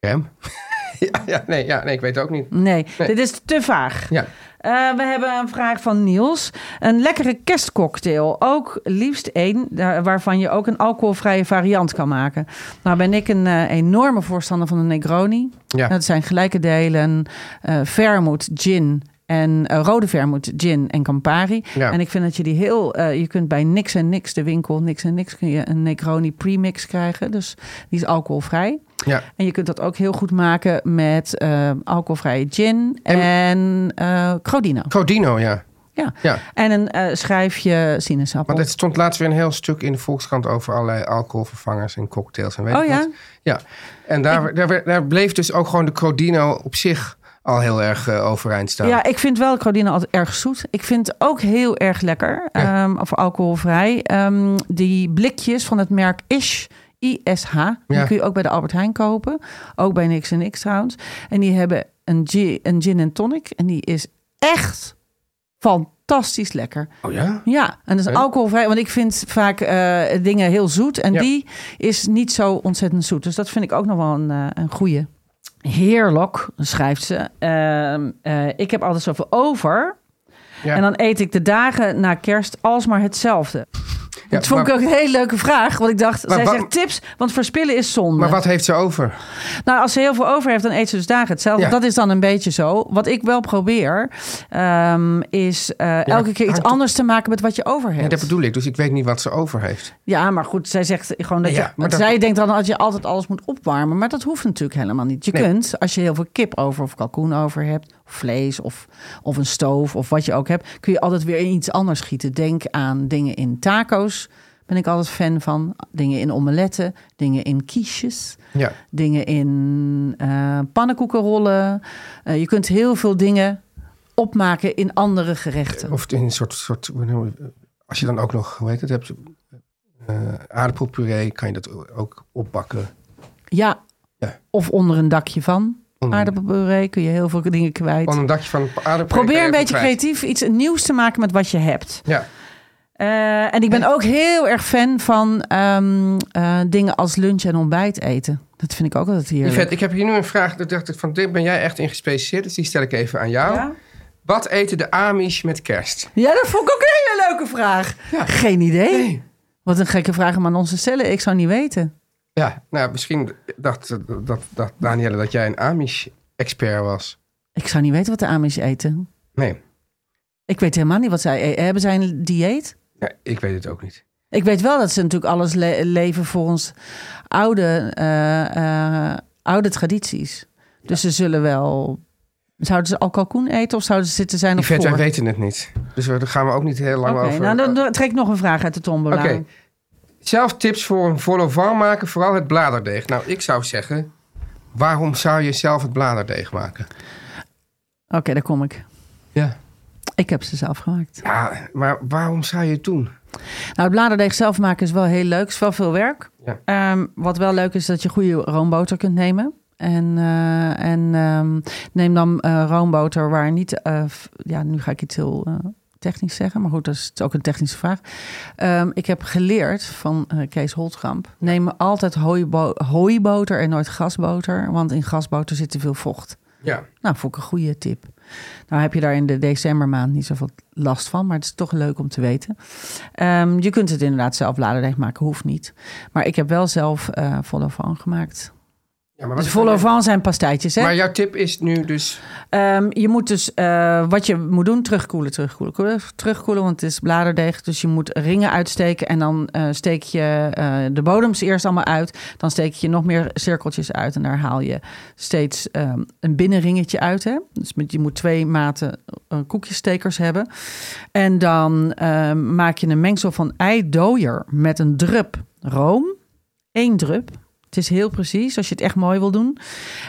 Speaker 2: Crème? ja, ja, nee, ja, nee, ik weet het ook niet.
Speaker 3: Nee, dit is te vaag.
Speaker 2: Ja.
Speaker 3: Eh, we hebben een vraag van Niels. Een lekkere kerstcocktail. Ook liefst één daar- waarvan je ook een alcoholvrije variant kan maken. Nou ben ik een eh, enorme voorstander van de Negroni.
Speaker 2: Ja.
Speaker 3: Dat zijn gelijke delen eh vermoed, gin en eh, rode vermoed, gin en Campari.
Speaker 2: Ja.
Speaker 3: En ik vind dat je die heel... eh, je kunt bij niks en niks, de winkel niks en niks... kun je een Negroni premix krijgen. Dus die is alcoholvrij.
Speaker 2: Ja.
Speaker 3: En je kunt dat ook heel goed maken met eh, alcoholvrije gin en, eh, Crodino.
Speaker 2: Codino, ja.
Speaker 3: Ja.
Speaker 2: Ja.
Speaker 3: En een eh, schijfje sinaasappel.
Speaker 2: Want het stond laatst weer een heel stuk in de Volkskrant over allerlei alcoholvervangers en cocktails en weet
Speaker 3: Oh
Speaker 2: ik
Speaker 3: ja?
Speaker 2: wat. Ja. En daar, daar, werd- daar bleef dus ook gewoon de Codino op zich al heel erg eh, overeind staan.
Speaker 3: Ja, ik vind wel Crodino altijd erg zoet. Ik vind het ook heel erg lekker,
Speaker 2: Ja.
Speaker 3: ehm, of alcoholvrij. Ehm, die blikjes van het merk Ish, ISH, die
Speaker 2: Ja.
Speaker 3: kun je ook bij de Albert Heijn kopen. Ook bij Nix Nix trouwens. En die hebben een gin, een gin en tonic. En die is echt fantastisch lekker.
Speaker 2: Oh ja?
Speaker 3: Ja, en dat is
Speaker 2: Ja.
Speaker 3: alcoholvrij. Want ik vind vaak eh, dingen heel zoet. En
Speaker 2: Ja.
Speaker 3: die is niet zo ontzettend zoet. Dus dat vind ik ook nog wel een, eh, een goeie. Heerlijk, schrijft ze. Ehm, eh, ik heb altijd zoveel over.
Speaker 2: Ja.
Speaker 3: En dan eet ik de dagen na kerst alsmaar hetzelfde.
Speaker 2: Ja,
Speaker 3: dat vond
Speaker 2: maar-
Speaker 3: ik ook een hele leuke vraag. Want ik dacht,
Speaker 2: Maar
Speaker 3: zij
Speaker 2: wa-
Speaker 3: zegt tips, want verspillen is zonde.
Speaker 2: Maar wat heeft ze over?
Speaker 3: Nou, als ze heel veel over heeft, dan eet ze dus dagen hetzelfde.
Speaker 2: Ja.
Speaker 3: Dat is dan een beetje zo. Wat ik wel probeer, ehm, is eh, elke keer iets
Speaker 2: hangt op-
Speaker 3: anders te maken met wat je over hebt.
Speaker 2: Ja, dat bedoel ik. Dus ik weet niet wat ze over heeft.
Speaker 3: Ja, maar goed, zij zegt gewoon dat
Speaker 2: Ja,
Speaker 3: je...
Speaker 2: maar dat-
Speaker 3: zij denkt dan dat je altijd alles moet opwarmen. Maar dat hoeft natuurlijk helemaal niet. Je
Speaker 2: Nee.
Speaker 3: kunt, als je heel veel kip over of kalkoen over hebt... of vlees of, of een stoof of wat je ook hebt... kun je altijd weer in iets anders schieten. Denk aan dingen in taco's ben ik altijd fan van dingen in omeletten, dingen in kiesjes,
Speaker 2: Ja.
Speaker 3: dingen in eh, pannenkoekenrollen. Eh, je kunt heel veel dingen opmaken in andere gerechten.
Speaker 2: Of in een soort, soort hoe noemen we- als je dan ook nog, hoe heet het, hebt, eh, aardappelpuree, kan je dat ook opbakken.
Speaker 3: Ja,
Speaker 2: Ja.
Speaker 3: of onder een dakje van.
Speaker 2: Onder-
Speaker 3: Aardappelpuree kun je heel veel dingen kwijt.
Speaker 2: Van een dakje van aardappelpuree. kan
Speaker 3: Probeer
Speaker 2: je
Speaker 3: een
Speaker 2: ook
Speaker 3: beetje
Speaker 2: kwijt.
Speaker 3: creatief iets nieuws te maken met wat je hebt.
Speaker 2: Ja,
Speaker 3: Eh, en ik ben ook heel erg fan van ehm, eh, dingen als lunch en ontbijt eten. Dat vind ik ook altijd heerlijk.
Speaker 2: Yvette, ik heb hier nu een vraag. Daar dacht ik van, dit ben jij echt in gespecialiseerd. Dus die stel ik even aan jou.
Speaker 3: Ja?
Speaker 2: Wat eten de Amish met kerst?
Speaker 3: Ja, dat vond ik ook een hele leuke vraag. Geen idee.
Speaker 2: Nee.
Speaker 3: Wat een gekke vraag om aan onze cellen. Ik zou niet weten.
Speaker 2: Ja, nou misschien dacht, dat, dat, Danielle dat jij een Amish-expert was.
Speaker 3: Ik zou niet weten wat de Amish eten.
Speaker 2: Nee,
Speaker 3: Ik weet helemaal niet wat zij eten. Hebben zij een dieet?
Speaker 2: ja, ik weet het ook niet.
Speaker 3: Ik weet wel dat ze natuurlijk alles le- leven volgens oude, eh, eh, oude tradities. Dus ze zullen wel... Zouden ze al kalkoen eten of zouden ze zitten zijn op
Speaker 2: Yvette,
Speaker 3: voor?
Speaker 2: wij weten het niet. Dus we- daar gaan we ook niet heel lang
Speaker 3: Oké,
Speaker 2: over...
Speaker 3: nou dan dan trek ik nog een vraag uit de tombola.
Speaker 2: Oké. Zelf tips voor een vol au vent maken, vooral het bladerdeeg. Nou, ik zou zeggen, waarom zou je zelf het bladerdeeg maken?
Speaker 3: Oké, daar kom ik.
Speaker 2: Ja.
Speaker 3: Ik heb ze zelf gemaakt.
Speaker 2: Ja, maar waarom zou je het doen?
Speaker 3: Nou, het bladerdeeg zelf maken is wel heel leuk. is wel veel werk.
Speaker 2: Ja.
Speaker 3: Ehm, wat wel leuk is, dat je goede roomboter kunt nemen. En, eh, en ehm, neem dan eh, roomboter waar niet... eh, f- ja, nu ga ik iets heel eh, technisch zeggen. Maar goed, dat is ook een technische vraag. Ehm, ik heb geleerd van eh, Kees Holtkamp. Neem altijd hooibo- hooiboter en nooit gasboter. Want in gasboter zit te veel vocht.
Speaker 2: Ja.
Speaker 3: Nou, vond ik een goede tip. Nou heb je daar in de decembermaand niet zoveel last van, maar het is toch leuk om te weten. Ehm, je kunt het inderdaad zelf bladerdeeg maken, hoeft niet. Maar ik heb wel zelf eh vol au vent gemaakt.
Speaker 2: ja maar,
Speaker 3: Dus vol au vent zijn pastijtjes, hè?
Speaker 2: maar jouw tip is nu dus...
Speaker 3: Ehm, je moet dus, eh, wat je moet doen, terugkoelen, terugkoelen, koelen- terugkoelen, want het is bladerdeeg. Dus je moet ringen uitsteken en dan eh, steek je eh, de bodems eerst allemaal uit. Dan steek je nog meer cirkeltjes uit en daar haal je steeds ehm, een binnenringetje uit. Hè? Dus met, je moet twee maten eh, koekjesstekers hebben. En dan ehm, maak je een mengsel van eidooier met een drup room. Eén drup. Het is heel precies, als je het echt mooi wil doen.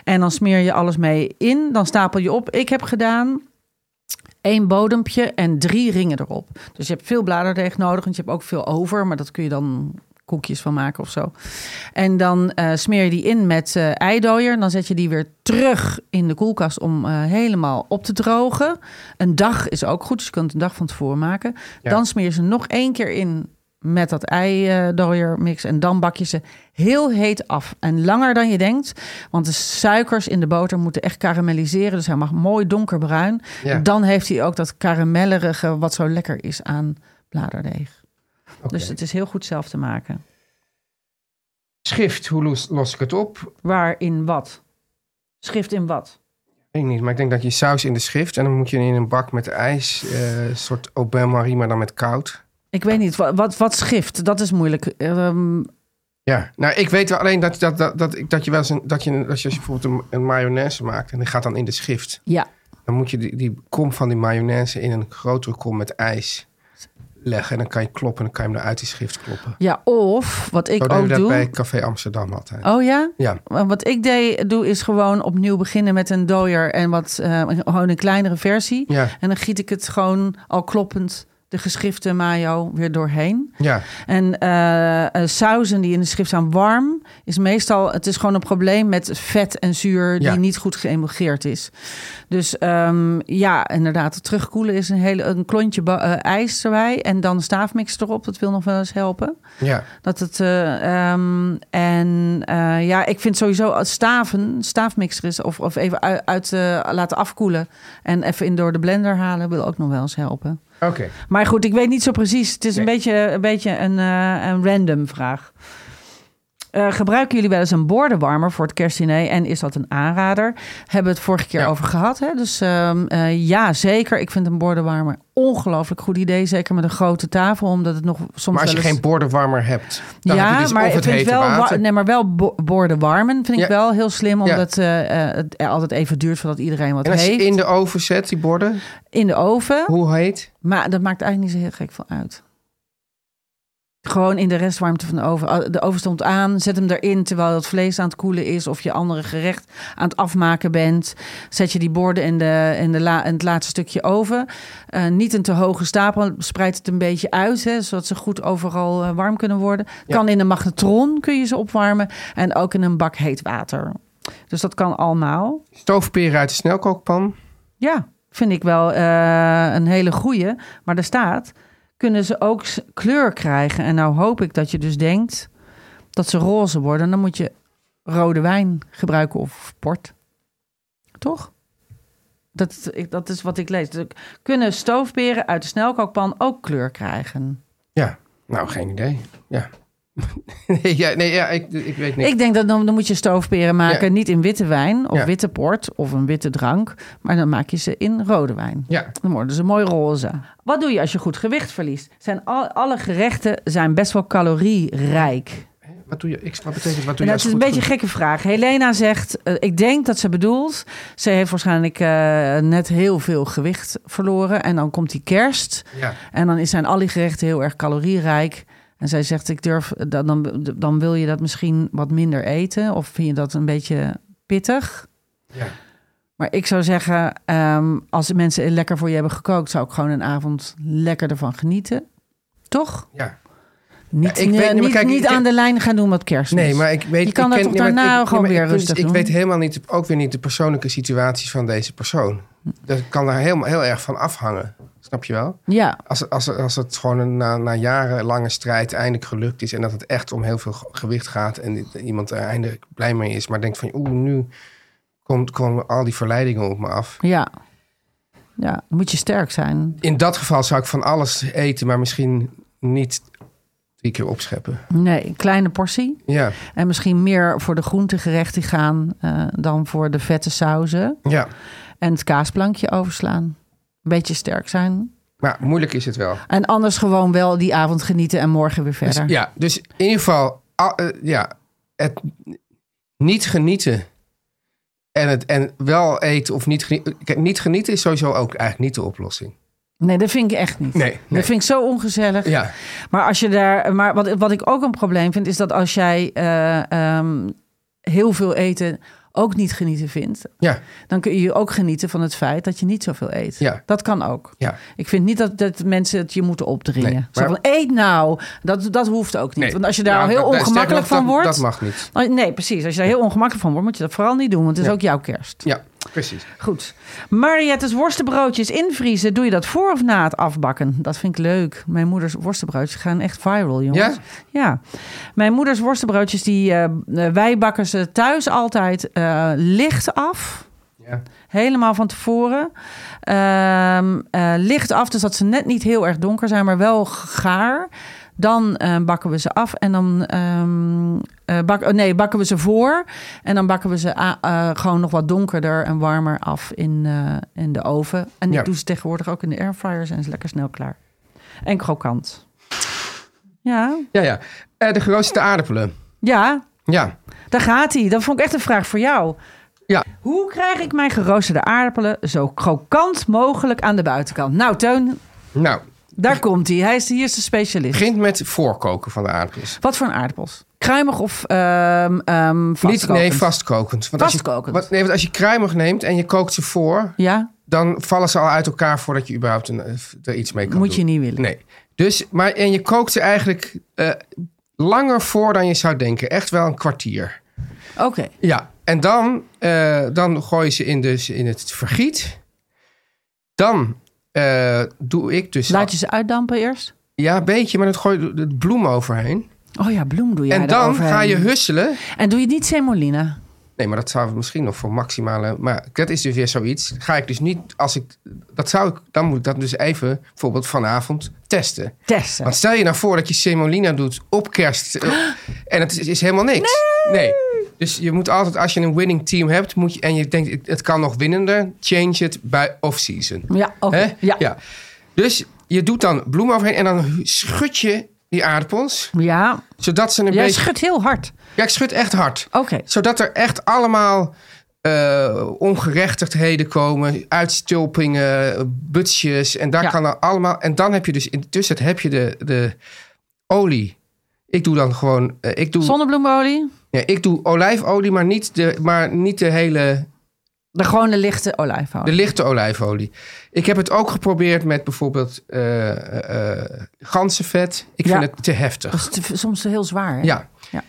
Speaker 3: En dan smeer je alles mee in. Dan stapel je op. Ik heb gedaan één bodempje en drie ringen erop. Dus je hebt veel bladerdeeg nodig. Want je hebt ook veel over. Maar dat kun je dan koekjes van maken of zo. En dan eh, smeer je die in met eh eidooier. En dan zet je die weer terug in de koelkast om eh, helemaal op te drogen. Een dag is ook goed. Dus je kunt het een dag van tevoren maken.
Speaker 2: Ja.
Speaker 3: Dan smeer je ze nog één keer in met dat eidooier mix. En dan bak je ze heel heet af. En langer dan je denkt. Want de suikers in de boter moeten echt karamelliseren. Dus hij mag mooi donkerbruin.
Speaker 2: Ja.
Speaker 3: Dan heeft hij ook dat karamellerige wat zo lekker is aan bladerdeeg.
Speaker 2: Oké.
Speaker 3: Dus het is heel goed zelf te maken.
Speaker 2: Schrift, hoe los, los ik het op?
Speaker 3: Waar in wat? Schrift in wat?
Speaker 2: Weet ik niet, maar ik denk dat je saus in de schrift... en dan moet je in een bak met ijs, eh, een soort au bain-marie, maar dan met koud.
Speaker 3: Ik weet niet. Wat, wat, wat schrift? Dat is moeilijk. Ehm,
Speaker 2: Ja, nou ik weet wel alleen dat, dat, dat, dat, ik- dat je wel eens... Een, dat je, een- als je bijvoorbeeld een, een mayonaise maakt en die gaat dan in de schrift...
Speaker 3: ja.
Speaker 2: Dan moet je die, die kom van die mayonaise in een grotere kom met ijs leggen. En dan kan je kloppen en dan kan je hem eruit die schrift kloppen.
Speaker 3: ja, of wat ik
Speaker 2: Zo deden we
Speaker 3: ook
Speaker 2: dat
Speaker 3: doe.
Speaker 2: bij Café Amsterdam altijd.
Speaker 3: Oh ja?
Speaker 2: Ja,
Speaker 3: Want Wat ik deed, doe is gewoon opnieuw beginnen met een dooier en wat, eh, gewoon een kleinere versie.
Speaker 2: Ja.
Speaker 3: En dan giet ik het gewoon al kloppend de geschriften mayo weer doorheen.
Speaker 2: ja.
Speaker 3: En eh, eh, sauzen die in de schrift staan warm, is meestal, het is gewoon een probleem met vet en zuur die
Speaker 2: Ja.
Speaker 3: niet goed geëmulgeerd is. Dus ehm, ja, inderdaad, terugkoelen is een, hele, een klontje ba- eh, ijs erbij en dan staafmix erop. Dat wil nog wel eens helpen.
Speaker 2: ja.
Speaker 3: Dat het, eh, ehm, en eh, ja, ik vind sowieso als staven, staafmixer is, of, of even uit, uit, eh, laten afkoelen en even in door de blender halen, wil ook nog wel eens helpen.
Speaker 2: Oké.
Speaker 3: Maar goed, ik weet niet zo precies. Het is een
Speaker 2: Nee.
Speaker 3: beetje een, beetje een, eh, een random vraag. Eh, gebruiken jullie wel eens een bordenwarmer voor het kerstdiner? En is dat een aanrader? Hebben we het vorige keer
Speaker 2: Ja.
Speaker 3: over gehad. Hè? Dus ehm, eh, ja, zeker. Ik vind een bordenwarmer ongelooflijk goed idee. Zeker met een grote tafel, omdat het nog soms
Speaker 2: Maar als je
Speaker 3: wel eens-
Speaker 2: geen bordenwarmer hebt, dan heb je
Speaker 3: ja,
Speaker 2: dus
Speaker 3: maar
Speaker 2: of
Speaker 3: ik
Speaker 2: het
Speaker 3: vind
Speaker 2: hete
Speaker 3: wel, wa-
Speaker 2: water.
Speaker 3: nee, maar wel bo- borden warmen vind
Speaker 2: Ja.
Speaker 3: ik wel heel slim,
Speaker 2: Ja.
Speaker 3: omdat eh, eh, het er altijd even duurt voordat iedereen wat
Speaker 2: En als je
Speaker 3: heeft.
Speaker 2: in de oven zet, die borden,
Speaker 3: in de oven,
Speaker 2: hoe heet?
Speaker 3: maar dat maakt eigenlijk niet zo heel gek veel uit. Gewoon in de restwarmte van de oven. Ah, De oven stond aan, zet hem erin terwijl het vlees aan het koelen is... of je andere gerecht aan het afmaken bent. Zet je die borden in, de, in, de la, in het laatste stukje oven. Eh, niet een te hoge stapel, spreid het een beetje uit... Hè, zodat ze goed overal eh, warm kunnen worden. Kan in een magnetron, kun je ze opwarmen. En ook in een bak heet water. Dus dat kan allemaal.
Speaker 2: Stoofperen uit de snelkookpan.
Speaker 3: Ja, vind ik wel eh, een hele goeie. Maar daar staat, kunnen ze ook s- kleur krijgen? En nou hoop ik dat je dus denkt dat ze roze worden. Dan moet je rode wijn gebruiken of port. Toch? Dat, ik- dat is wat ik lees. Dus kunnen stoofperen uit de snelkookpan ook kleur krijgen?
Speaker 2: Ja, nou, geen idee. Ja. nee, ja, nee, ja ik, ik weet niks.
Speaker 3: Ik denk dat dan, dan moet je stoofperen maken
Speaker 2: Ja.
Speaker 3: niet in witte wijn of
Speaker 2: Ja.
Speaker 3: witte port of een witte drank. Maar dan maak je ze in rode wijn.
Speaker 2: Ja,
Speaker 3: Dan worden ze mooi roze. Wat doe je als je goed gewicht verliest? Zijn al, alle gerechten zijn best wel calorierijk.
Speaker 2: wat doe je? Ik, wat betekent wat doe
Speaker 3: En
Speaker 2: je? als
Speaker 3: dat Nou, is een
Speaker 2: goed
Speaker 3: beetje een
Speaker 2: goed-
Speaker 3: gekke vraag. Helena zegt, eh, ik denk dat ze bedoelt... ze heeft waarschijnlijk eh, net heel veel gewicht verloren... en dan komt die kerst...
Speaker 2: Ja.
Speaker 3: en dan is- zijn al die gerechten heel erg calorierijk... En zij zegt, ik durf, eh, dan, dan, dan wil je dat misschien wat minder eten. Of vind je dat een beetje pittig?
Speaker 2: Ja.
Speaker 3: Maar ik zou zeggen, ehm, als mensen lekker voor je hebben gekookt, zou ik gewoon een avond lekker ervan genieten. Toch?
Speaker 2: ja.
Speaker 3: Niet, eh,
Speaker 2: Ja, ik weet niet, maar
Speaker 3: niet,
Speaker 2: kijk,
Speaker 3: niet
Speaker 2: ik-
Speaker 3: aan de lijn gaan doen wat kerstmis.
Speaker 2: Nee, maar ik weet...
Speaker 3: Je kan
Speaker 2: ik
Speaker 3: dat
Speaker 2: ken-
Speaker 3: toch
Speaker 2: nee, maar
Speaker 3: daarna
Speaker 2: ik-
Speaker 3: gewoon
Speaker 2: nee, maar
Speaker 3: weer
Speaker 2: ik- dus
Speaker 3: rustig
Speaker 2: Ik
Speaker 3: doen?
Speaker 2: weet helemaal niet, ook weer niet de persoonlijke situaties van deze persoon. Dat kan daar helemaal heel erg van afhangen. Snap je wel?
Speaker 3: Ja,
Speaker 2: Als, als, als het gewoon een- na, na jarenlange strijd eindelijk gelukt is... en dat het echt om heel veel ge- gewicht gaat... en i- iemand er eindelijk blij mee is... maar denkt van, oeh, nu komt, komen al die verleidingen op me af.
Speaker 3: ja. Ja, dan moet je sterk zijn.
Speaker 2: In dat geval zou ik van alles eten... maar misschien niet drie keer opscheppen.
Speaker 3: Nee, kleine portie.
Speaker 2: Ja,
Speaker 3: En misschien meer voor de groentegerechten gaan eh, dan voor de vette sauzen.
Speaker 2: ja.
Speaker 3: En het kaasplankje overslaan. Een beetje sterk zijn.
Speaker 2: maar moeilijk is het wel.
Speaker 3: En anders gewoon wel die avond genieten en morgen weer
Speaker 2: Dus,
Speaker 3: verder.
Speaker 2: ja, dus in ieder geval, al- eh, ja, het niet genieten en, het, en wel eten of niet genieten. Kijk, niet genieten is sowieso ook eigenlijk niet de oplossing.
Speaker 3: Nee, dat vind ik echt niet.
Speaker 2: Nee, nee.
Speaker 3: Dat vind ik zo ongezellig.
Speaker 2: Ja,
Speaker 3: Maar als je daar. Maar wat, wat ik ook een probleem vind, is dat als jij eh, ehm, heel veel eten ook niet genieten vindt,
Speaker 2: ja,
Speaker 3: dan kun je ook genieten van het feit dat je niet zoveel eet.
Speaker 2: Ja.
Speaker 3: Dat kan ook.
Speaker 2: ja.
Speaker 3: Ik vind niet dat, dat mensen het je moeten opdringen.
Speaker 2: Nee,
Speaker 3: Zo
Speaker 2: maar-
Speaker 3: van, eet nou. Dat, dat hoeft ook niet.
Speaker 2: Nee.
Speaker 3: Want als je daar
Speaker 2: Nou,
Speaker 3: al heel
Speaker 2: dat- dat-
Speaker 3: ongemakkelijk
Speaker 2: sterker
Speaker 3: van
Speaker 2: nog, dat-
Speaker 3: wordt...
Speaker 2: Dat mag niet.
Speaker 3: Oh, Nee, precies. Als je daar heel ongemakkelijk van wordt, moet je dat vooral niet doen. Want het is
Speaker 2: Ja.
Speaker 3: ook jouw kerst.
Speaker 2: Ja, precies.
Speaker 3: Goed. Mariette's worstenbroodjes invriezen. Doe je dat voor of na het afbakken? Dat vind ik leuk. Mijn moeders worstenbroodjes gaan echt viral, jongens.
Speaker 2: Ja?
Speaker 3: Ja. Mijn moeders worstenbroodjes, die, eh, eh, wij bakken ze thuis altijd eh, licht af.
Speaker 2: Ja.
Speaker 3: Helemaal van tevoren. Ehm, eh, licht af, dus dat ze net niet heel erg donker zijn, maar wel gaar. Dan eh, bakken we ze af en dan ehm, eh, bak, oh, nee, bakken we ze voor. En dan bakken we ze a- eh, gewoon nog wat donkerder en warmer af in, eh, in de oven. En
Speaker 2: Ja.
Speaker 3: ik doe ze tegenwoordig ook in de airfryer, zijn ze lekker snel klaar. En krokant. Ja,
Speaker 2: Ja, ja. Eh, de grootste aardappelen.
Speaker 3: ja
Speaker 2: Ja.
Speaker 3: daar gaat hij. Dat vond ik echt een vraag voor jou.
Speaker 2: Ja.
Speaker 3: Hoe krijg ik mijn geroosterde aardappelen zo krokant mogelijk aan de buitenkant? Nou, Teun,
Speaker 2: Nou,
Speaker 3: daar komt hij. Hij is, hier is de specialist.
Speaker 2: begint met voorkoken van de aardappels.
Speaker 3: Wat voor een aardappels? Kruimig of ehm ehm
Speaker 2: Niet,
Speaker 3: vastkokend?
Speaker 2: nee, vastkokend. Want als je-
Speaker 3: Vastkokend.
Speaker 2: wat- nee, want als je kruimig neemt en je kookt ze voor,
Speaker 3: Ja,
Speaker 2: dan vallen ze al uit elkaar voordat je überhaupt een, eh, er iets mee kan
Speaker 3: Moet
Speaker 2: doen.
Speaker 3: je niet willen.
Speaker 2: Nee. Dus, maar, en je kookt ze eigenlijk eh, langer voor dan je zou denken. Echt wel een kwartier.
Speaker 3: oké.
Speaker 2: Ja. En dan, eh, dan gooi je ze in, dus in het vergiet. Dan eh, doe ik dus...
Speaker 3: Laat je ze uitdampen eerst?
Speaker 2: Ja, een beetje, maar dan gooi je de bloem overheen.
Speaker 3: Oh ja, bloem doe je
Speaker 2: en dan
Speaker 3: eroverheen.
Speaker 2: ga je husselen.
Speaker 3: En doe je niet semolina?
Speaker 2: Nee, maar dat zou misschien nog voor maximale. Maar dat is dus weer zoiets. Ga ik dus niet. Als ik. Dat zou ik. Dan moet ik dat dus even. Bijvoorbeeld vanavond testen.
Speaker 3: Testen.
Speaker 2: Want stel je nou voor dat je semolina doet op kerst. eh, En het is, is helemaal niks. Nee. Dus je moet altijd, als je een winning team hebt, moet je, en je denkt, het- het kan nog winnender, change het bij off-season.
Speaker 3: Ja, oké.
Speaker 2: Hè?
Speaker 3: Ja.
Speaker 2: Dus je doet dan bloem overheen en dan hu- schud je die aardappels,
Speaker 3: Ja,
Speaker 2: zodat ze een
Speaker 3: jij
Speaker 2: beetje...
Speaker 3: schudt heel hard.
Speaker 2: Ja, ik schud echt hard.
Speaker 3: Oké.
Speaker 2: Zodat er echt allemaal eh, ongerechtigdheden komen, uitstulpingen, butsjes. En daar
Speaker 3: Ja.
Speaker 2: kan er allemaal. En dan heb je dus intussen heb je de, de olie Ik doe dan gewoon... eh, ik, doe,
Speaker 3: Zonnebloemolie?
Speaker 2: ja, ik doe olijfolie, maar niet de, maar niet de hele...
Speaker 3: De gewone lichte olijfolie.
Speaker 2: De lichte olijfolie. Ik heb het ook geprobeerd met bijvoorbeeld eh eh, eh, ganzenvet. Ik
Speaker 3: Ja.
Speaker 2: vind het te heftig.
Speaker 3: Dat is te- soms heel zwaar. Hè?
Speaker 2: Ja.
Speaker 3: Ja.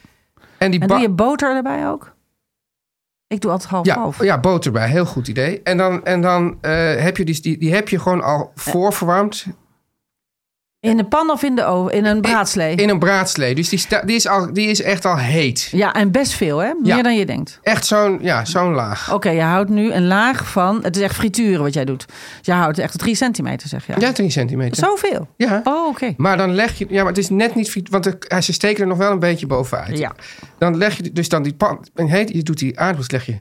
Speaker 2: En die
Speaker 3: En
Speaker 2: ba-
Speaker 3: doe je boter erbij ook? Ik doe altijd
Speaker 2: ja,
Speaker 3: half-half.
Speaker 2: ja, boter bij. Heel goed idee. En dan, en dan eh, heb je die, die, die heb je gewoon al voorverwarmd
Speaker 3: In een pan of in, de oven, in een braadslee?
Speaker 2: in een braadslee. Dus die, sta- die, is al, die is echt al heet.
Speaker 3: Ja, en best veel, hè? Meer
Speaker 2: Ja.
Speaker 3: dan je denkt.
Speaker 2: Echt zo'n ja, zo'n laag.
Speaker 3: Oké, je houdt nu een laag van... Het is echt frituren wat jij doet. Je houdt echt drie centimeter, zeg je.
Speaker 2: Ja, 10 centimeter.
Speaker 3: Zoveel?
Speaker 2: Ja.
Speaker 3: Oh, oké.
Speaker 2: Maar dan leg je... Ja, maar het is net niet... friet- Want er- ze steken er nog wel een beetje bovenuit.
Speaker 3: Ja.
Speaker 2: Dan leg je dus dan die pan... En heet, je doet die aardappels, leg je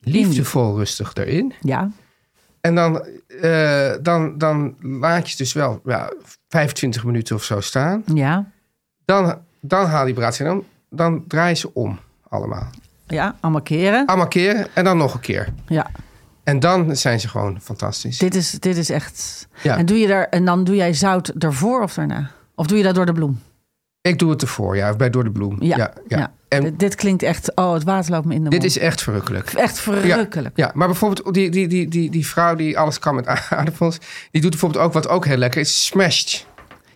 Speaker 2: liefdevol rustig erin.
Speaker 3: Ja.
Speaker 2: En dan, eh, dan, dan laat je het dus wel ja, 25 minuten of zo staan.
Speaker 3: Ja.
Speaker 2: Dan, dan haal die braadje dan, dan draai je ze om allemaal.
Speaker 3: Ja, allemaal keren.
Speaker 2: Allemaal keren en dan nog een keer.
Speaker 3: Ja.
Speaker 2: En dan zijn ze gewoon fantastisch.
Speaker 3: Dit is, dit is echt...
Speaker 2: Ja.
Speaker 3: En, doe je daar, en dan doe jij zout ervoor of daarna? Of doe je dat door de bloem?
Speaker 2: Ik doe het ervoor, ja, bij Door de Bloem. Ja, ja, En
Speaker 3: dit, dit klinkt echt... Oh, het water loopt me in de
Speaker 2: dit
Speaker 3: mond.
Speaker 2: is echt verrukkelijk.
Speaker 3: echt verrukkelijk.
Speaker 2: Ja, ja, maar bijvoorbeeld die, die, die, die, die vrouw die alles kan met aardappels... die doet bijvoorbeeld ook wat ook heel lekker is, smashed.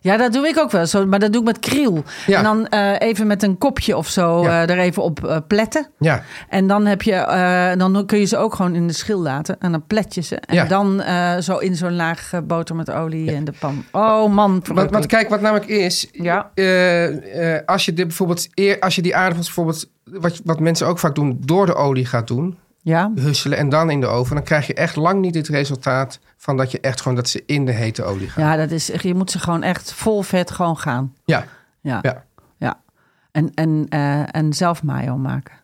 Speaker 3: Ja, dat doe ik ook wel. Zo, maar dat doe ik met kriel.
Speaker 2: Ja.
Speaker 3: En dan eh, even met een kopje of zo
Speaker 2: Ja.
Speaker 3: eh, er even op eh, pletten.
Speaker 2: Ja,
Speaker 3: En dan, heb je, eh, dan kun je ze ook gewoon in de schil laten. En dan plet je ze. En
Speaker 2: Ja.
Speaker 3: dan eh, zo in zo'n laag eh, boter met olie in de pan. Oh man,
Speaker 2: Want, want
Speaker 3: verrukkelijk.
Speaker 2: kijk, wat namelijk is,
Speaker 3: Ja.
Speaker 2: eh, eh, als je dit bijvoorbeeld eer, als je die aardappels bijvoorbeeld, wat, wat mensen ook vaak doen, door de olie gaat doen,
Speaker 3: Ja,
Speaker 2: husselen en dan in de oven, dan krijg je echt lang niet het resultaat van dat je echt gewoon dat ze in de hete olie gaan.
Speaker 3: ja dat is, je moet ze gewoon echt vol vet gewoon gaan.
Speaker 2: Ja,
Speaker 3: Ja, ja.
Speaker 2: ja.
Speaker 3: En, en, eh, en zelf mayo maken.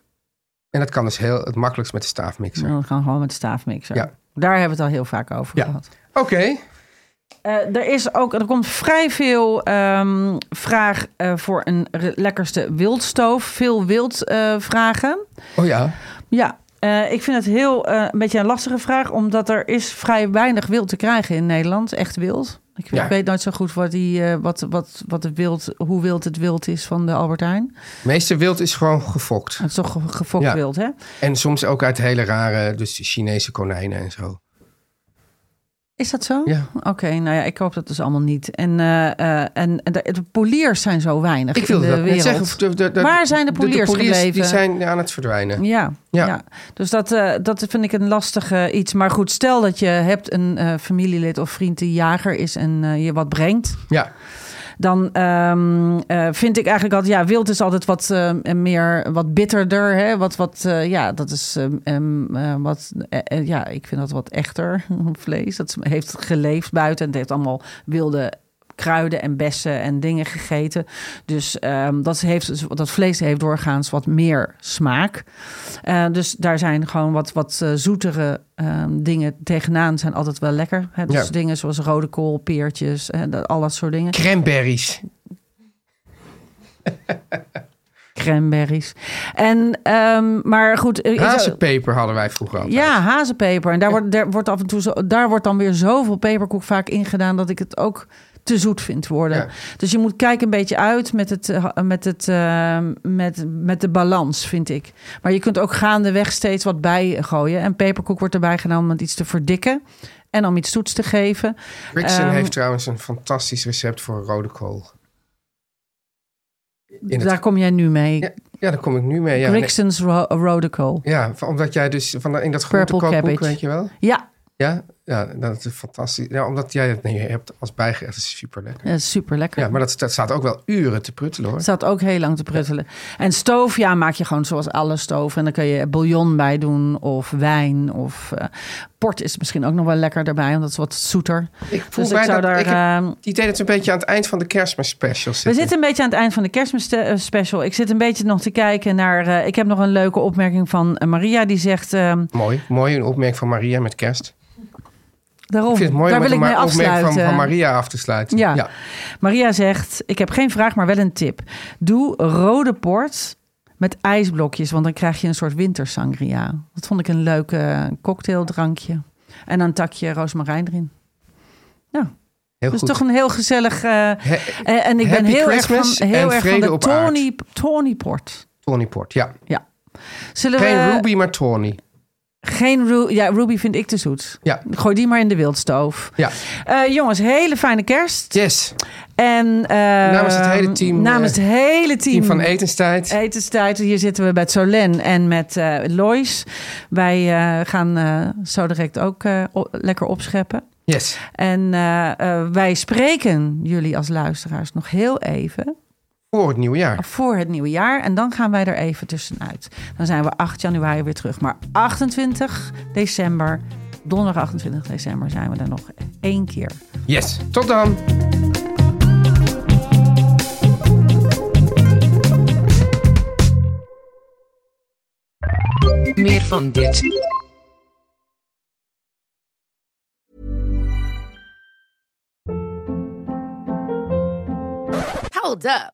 Speaker 2: En dat kan dus heel het makkelijkst met de staafmixer.
Speaker 3: Dan gaan we gewoon met de staafmixer.
Speaker 2: Ja.
Speaker 3: Daar hebben we het al heel vaak over
Speaker 2: Ja.
Speaker 3: gehad.
Speaker 2: Oké,
Speaker 3: Eh, er, is ook, er komt vrij veel ehm, vraag eh, voor een re- lekkerste wildstoof. Veel wild eh, vragen.
Speaker 2: oh ja.
Speaker 3: Ja, eh, ik vind het heel eh, een beetje een lastige vraag, omdat er is vrij weinig wild te krijgen in Nederland. Echt wild. Ik,
Speaker 2: Ja.
Speaker 3: ik weet nooit zo goed wat die, eh, wat, wat, wat het wild, hoe wild het wild is van de Albert Heijn.
Speaker 2: Meeste wild is gewoon gefokt.
Speaker 3: Het is toch ge- gefokt
Speaker 2: Ja.
Speaker 3: wild, hè?
Speaker 2: En soms ook uit hele rare, dus de Chinese konijnen en zo.
Speaker 3: Is dat zo?
Speaker 2: Ja.
Speaker 3: Oké, nou ja, ik hoop dat dus allemaal niet. En, eh, eh, en, en de, de poliers zijn zo weinig
Speaker 2: Ik wilde
Speaker 3: in de
Speaker 2: dat net
Speaker 3: wereld.
Speaker 2: zeggen. De- de- de-
Speaker 3: Waar zijn de poliers
Speaker 2: Die
Speaker 3: gebleven?
Speaker 2: zijn aan het verdwijnen.
Speaker 3: Ja, ja.
Speaker 2: Ja.
Speaker 3: dus dat, eh, dat vind ik een lastig eh, iets. Maar goed, stel dat je hebt een eh, familielid of vriend die jager is en eh, je wat brengt.
Speaker 2: Ja,
Speaker 3: Dan ehm, eh, vind ik eigenlijk altijd, ja, wild is altijd wat eh, meer, wat bitterder. Hè? Wat, wat, eh, ja, dat is ehm, ehm, eh, wat, eh, eh, ja, ik vind dat wat echter vlees. Dat heeft geleefd buiten en het heeft allemaal wilde kruiden en bessen en dingen gegeten. Dus ehm, dat, heeft, dus dat vlees heeft doorgaans wat meer smaak. Eh, dus daar zijn gewoon wat, wat eh, zoetere ehm, dingen tegenaan zijn altijd wel lekker. Hè? Dus
Speaker 2: Ja.
Speaker 3: dingen zoals rode kool, peertjes, eh, dat- al dat soort dingen.
Speaker 2: cranberries.
Speaker 3: cranberries. En, ehm, maar goed. eh, is er-
Speaker 2: Hazenpeper hadden wij vroeger altijd.
Speaker 3: Ja, hazenpeper. En daar wordt, daar wordt af en toe zo, daar wordt dan weer zoveel peperkoek vaak ingedaan dat ik het ook te zoet vind worden.
Speaker 2: Ja.
Speaker 3: Dus je moet kijken een beetje uit met, het, eh, met, het, eh, met, met de balans, vind ik. Maar je kunt ook gaandeweg steeds wat bijgooien. En peperkoek wordt erbij genomen om het iets te verdikken. En om iets zoets te geven.
Speaker 2: Rickson
Speaker 3: Ehm,
Speaker 2: heeft trouwens een fantastisch recept voor rode kool. In
Speaker 3: Daar
Speaker 2: het,
Speaker 3: kom jij nu mee.
Speaker 2: ja, ja, daar kom ik nu mee. Ja, nee.
Speaker 3: Grixon's ro rode kool.
Speaker 2: ja van- omdat jij dus van, de- in dat
Speaker 3: Purple
Speaker 2: groentekookboek,
Speaker 3: cabbage.
Speaker 2: weet je wel?
Speaker 3: Ja,
Speaker 2: Ja, ja dat is fantastisch. Ja, omdat jij het nu hebt als bijgerecht, dat is super lekker.
Speaker 3: super lekker.
Speaker 2: Ja, maar dat, dat staat ook wel uren te pruttelen hoor.
Speaker 3: Staat ook heel lang te pruttelen. En stoof, ja, maak je gewoon zoals alle stoven. En dan kun je bouillon bij doen of wijn of eh, port is misschien ook nog wel lekker daarbij, omdat het is wat zoeter.
Speaker 2: Ik voel
Speaker 3: dus
Speaker 2: mij
Speaker 3: ik zou
Speaker 2: dat-
Speaker 3: daar.
Speaker 2: ik heb-
Speaker 3: ehm,
Speaker 2: Het idee dat we een beetje aan het eind van de kerstmis special
Speaker 3: we
Speaker 2: zitten.
Speaker 3: zitten een beetje aan het eind van de kerstspecial. Ik zit een beetje nog te kijken naar. eh, ik heb nog een leuke opmerking van eh, Maria die zegt. ehm,
Speaker 2: Mooi, mooi. Een opmerking van Maria met kerst.
Speaker 3: daarom,
Speaker 2: Ik vind het mooi
Speaker 3: daar
Speaker 2: om
Speaker 3: wil
Speaker 2: met
Speaker 3: ik mee
Speaker 2: een opmerking
Speaker 3: afsluiten.
Speaker 2: van, van Maria af te sluiten.
Speaker 3: Ja. Maria zegt: Ik heb geen vraag, maar wel een tip. Doe rode port met ijsblokjes, want dan krijg je een soort wintersangria. Dat vond ik een leuk eh, cocktaildrankje. En dan tak je rozemarijn erin. Ja,
Speaker 2: Heel
Speaker 3: Dus
Speaker 2: goed.
Speaker 3: toch een heel gezellig. eh,
Speaker 2: He-
Speaker 3: eh, en ik ben
Speaker 2: Happy
Speaker 3: heel
Speaker 2: Christmas
Speaker 3: erg van, heel
Speaker 2: en
Speaker 3: erg van
Speaker 2: vrede
Speaker 3: de
Speaker 2: op aard.
Speaker 3: Tony, Tony Port.
Speaker 2: Tony Port, ja.
Speaker 3: Ja. Zullen
Speaker 2: Geen
Speaker 3: we,
Speaker 2: Ruby, maar Tony.
Speaker 3: Geen Ruby. Ja, Ruby vind ik te zoet.
Speaker 2: Ja.
Speaker 3: Gooi die maar in de wildstoof.
Speaker 2: Ja.
Speaker 3: Eh, jongens, hele fijne kerst.
Speaker 2: Yes.
Speaker 3: En, eh,
Speaker 2: Namens het hele team,
Speaker 3: Namens
Speaker 2: eh,
Speaker 3: het hele team. Eh.
Speaker 2: Team van Etenstijd.
Speaker 3: Etenstijd. Hier zitten we met Solen en met eh Lois. Wij eh, gaan eh, zo direct ook eh, o- lekker opscheppen.
Speaker 2: Yes.
Speaker 3: En eh, eh, wij spreken jullie als luisteraars nog heel even
Speaker 2: Voor het nieuwe jaar.
Speaker 3: voor het nieuwe jaar. En dan gaan wij er even tussenuit. Dan zijn we 8 januari weer terug. Maar 28 december, donderdag 28 december, zijn we er nog één keer.
Speaker 2: Yes. Tot dan.
Speaker 4: Meer van dit.
Speaker 5: Hold up.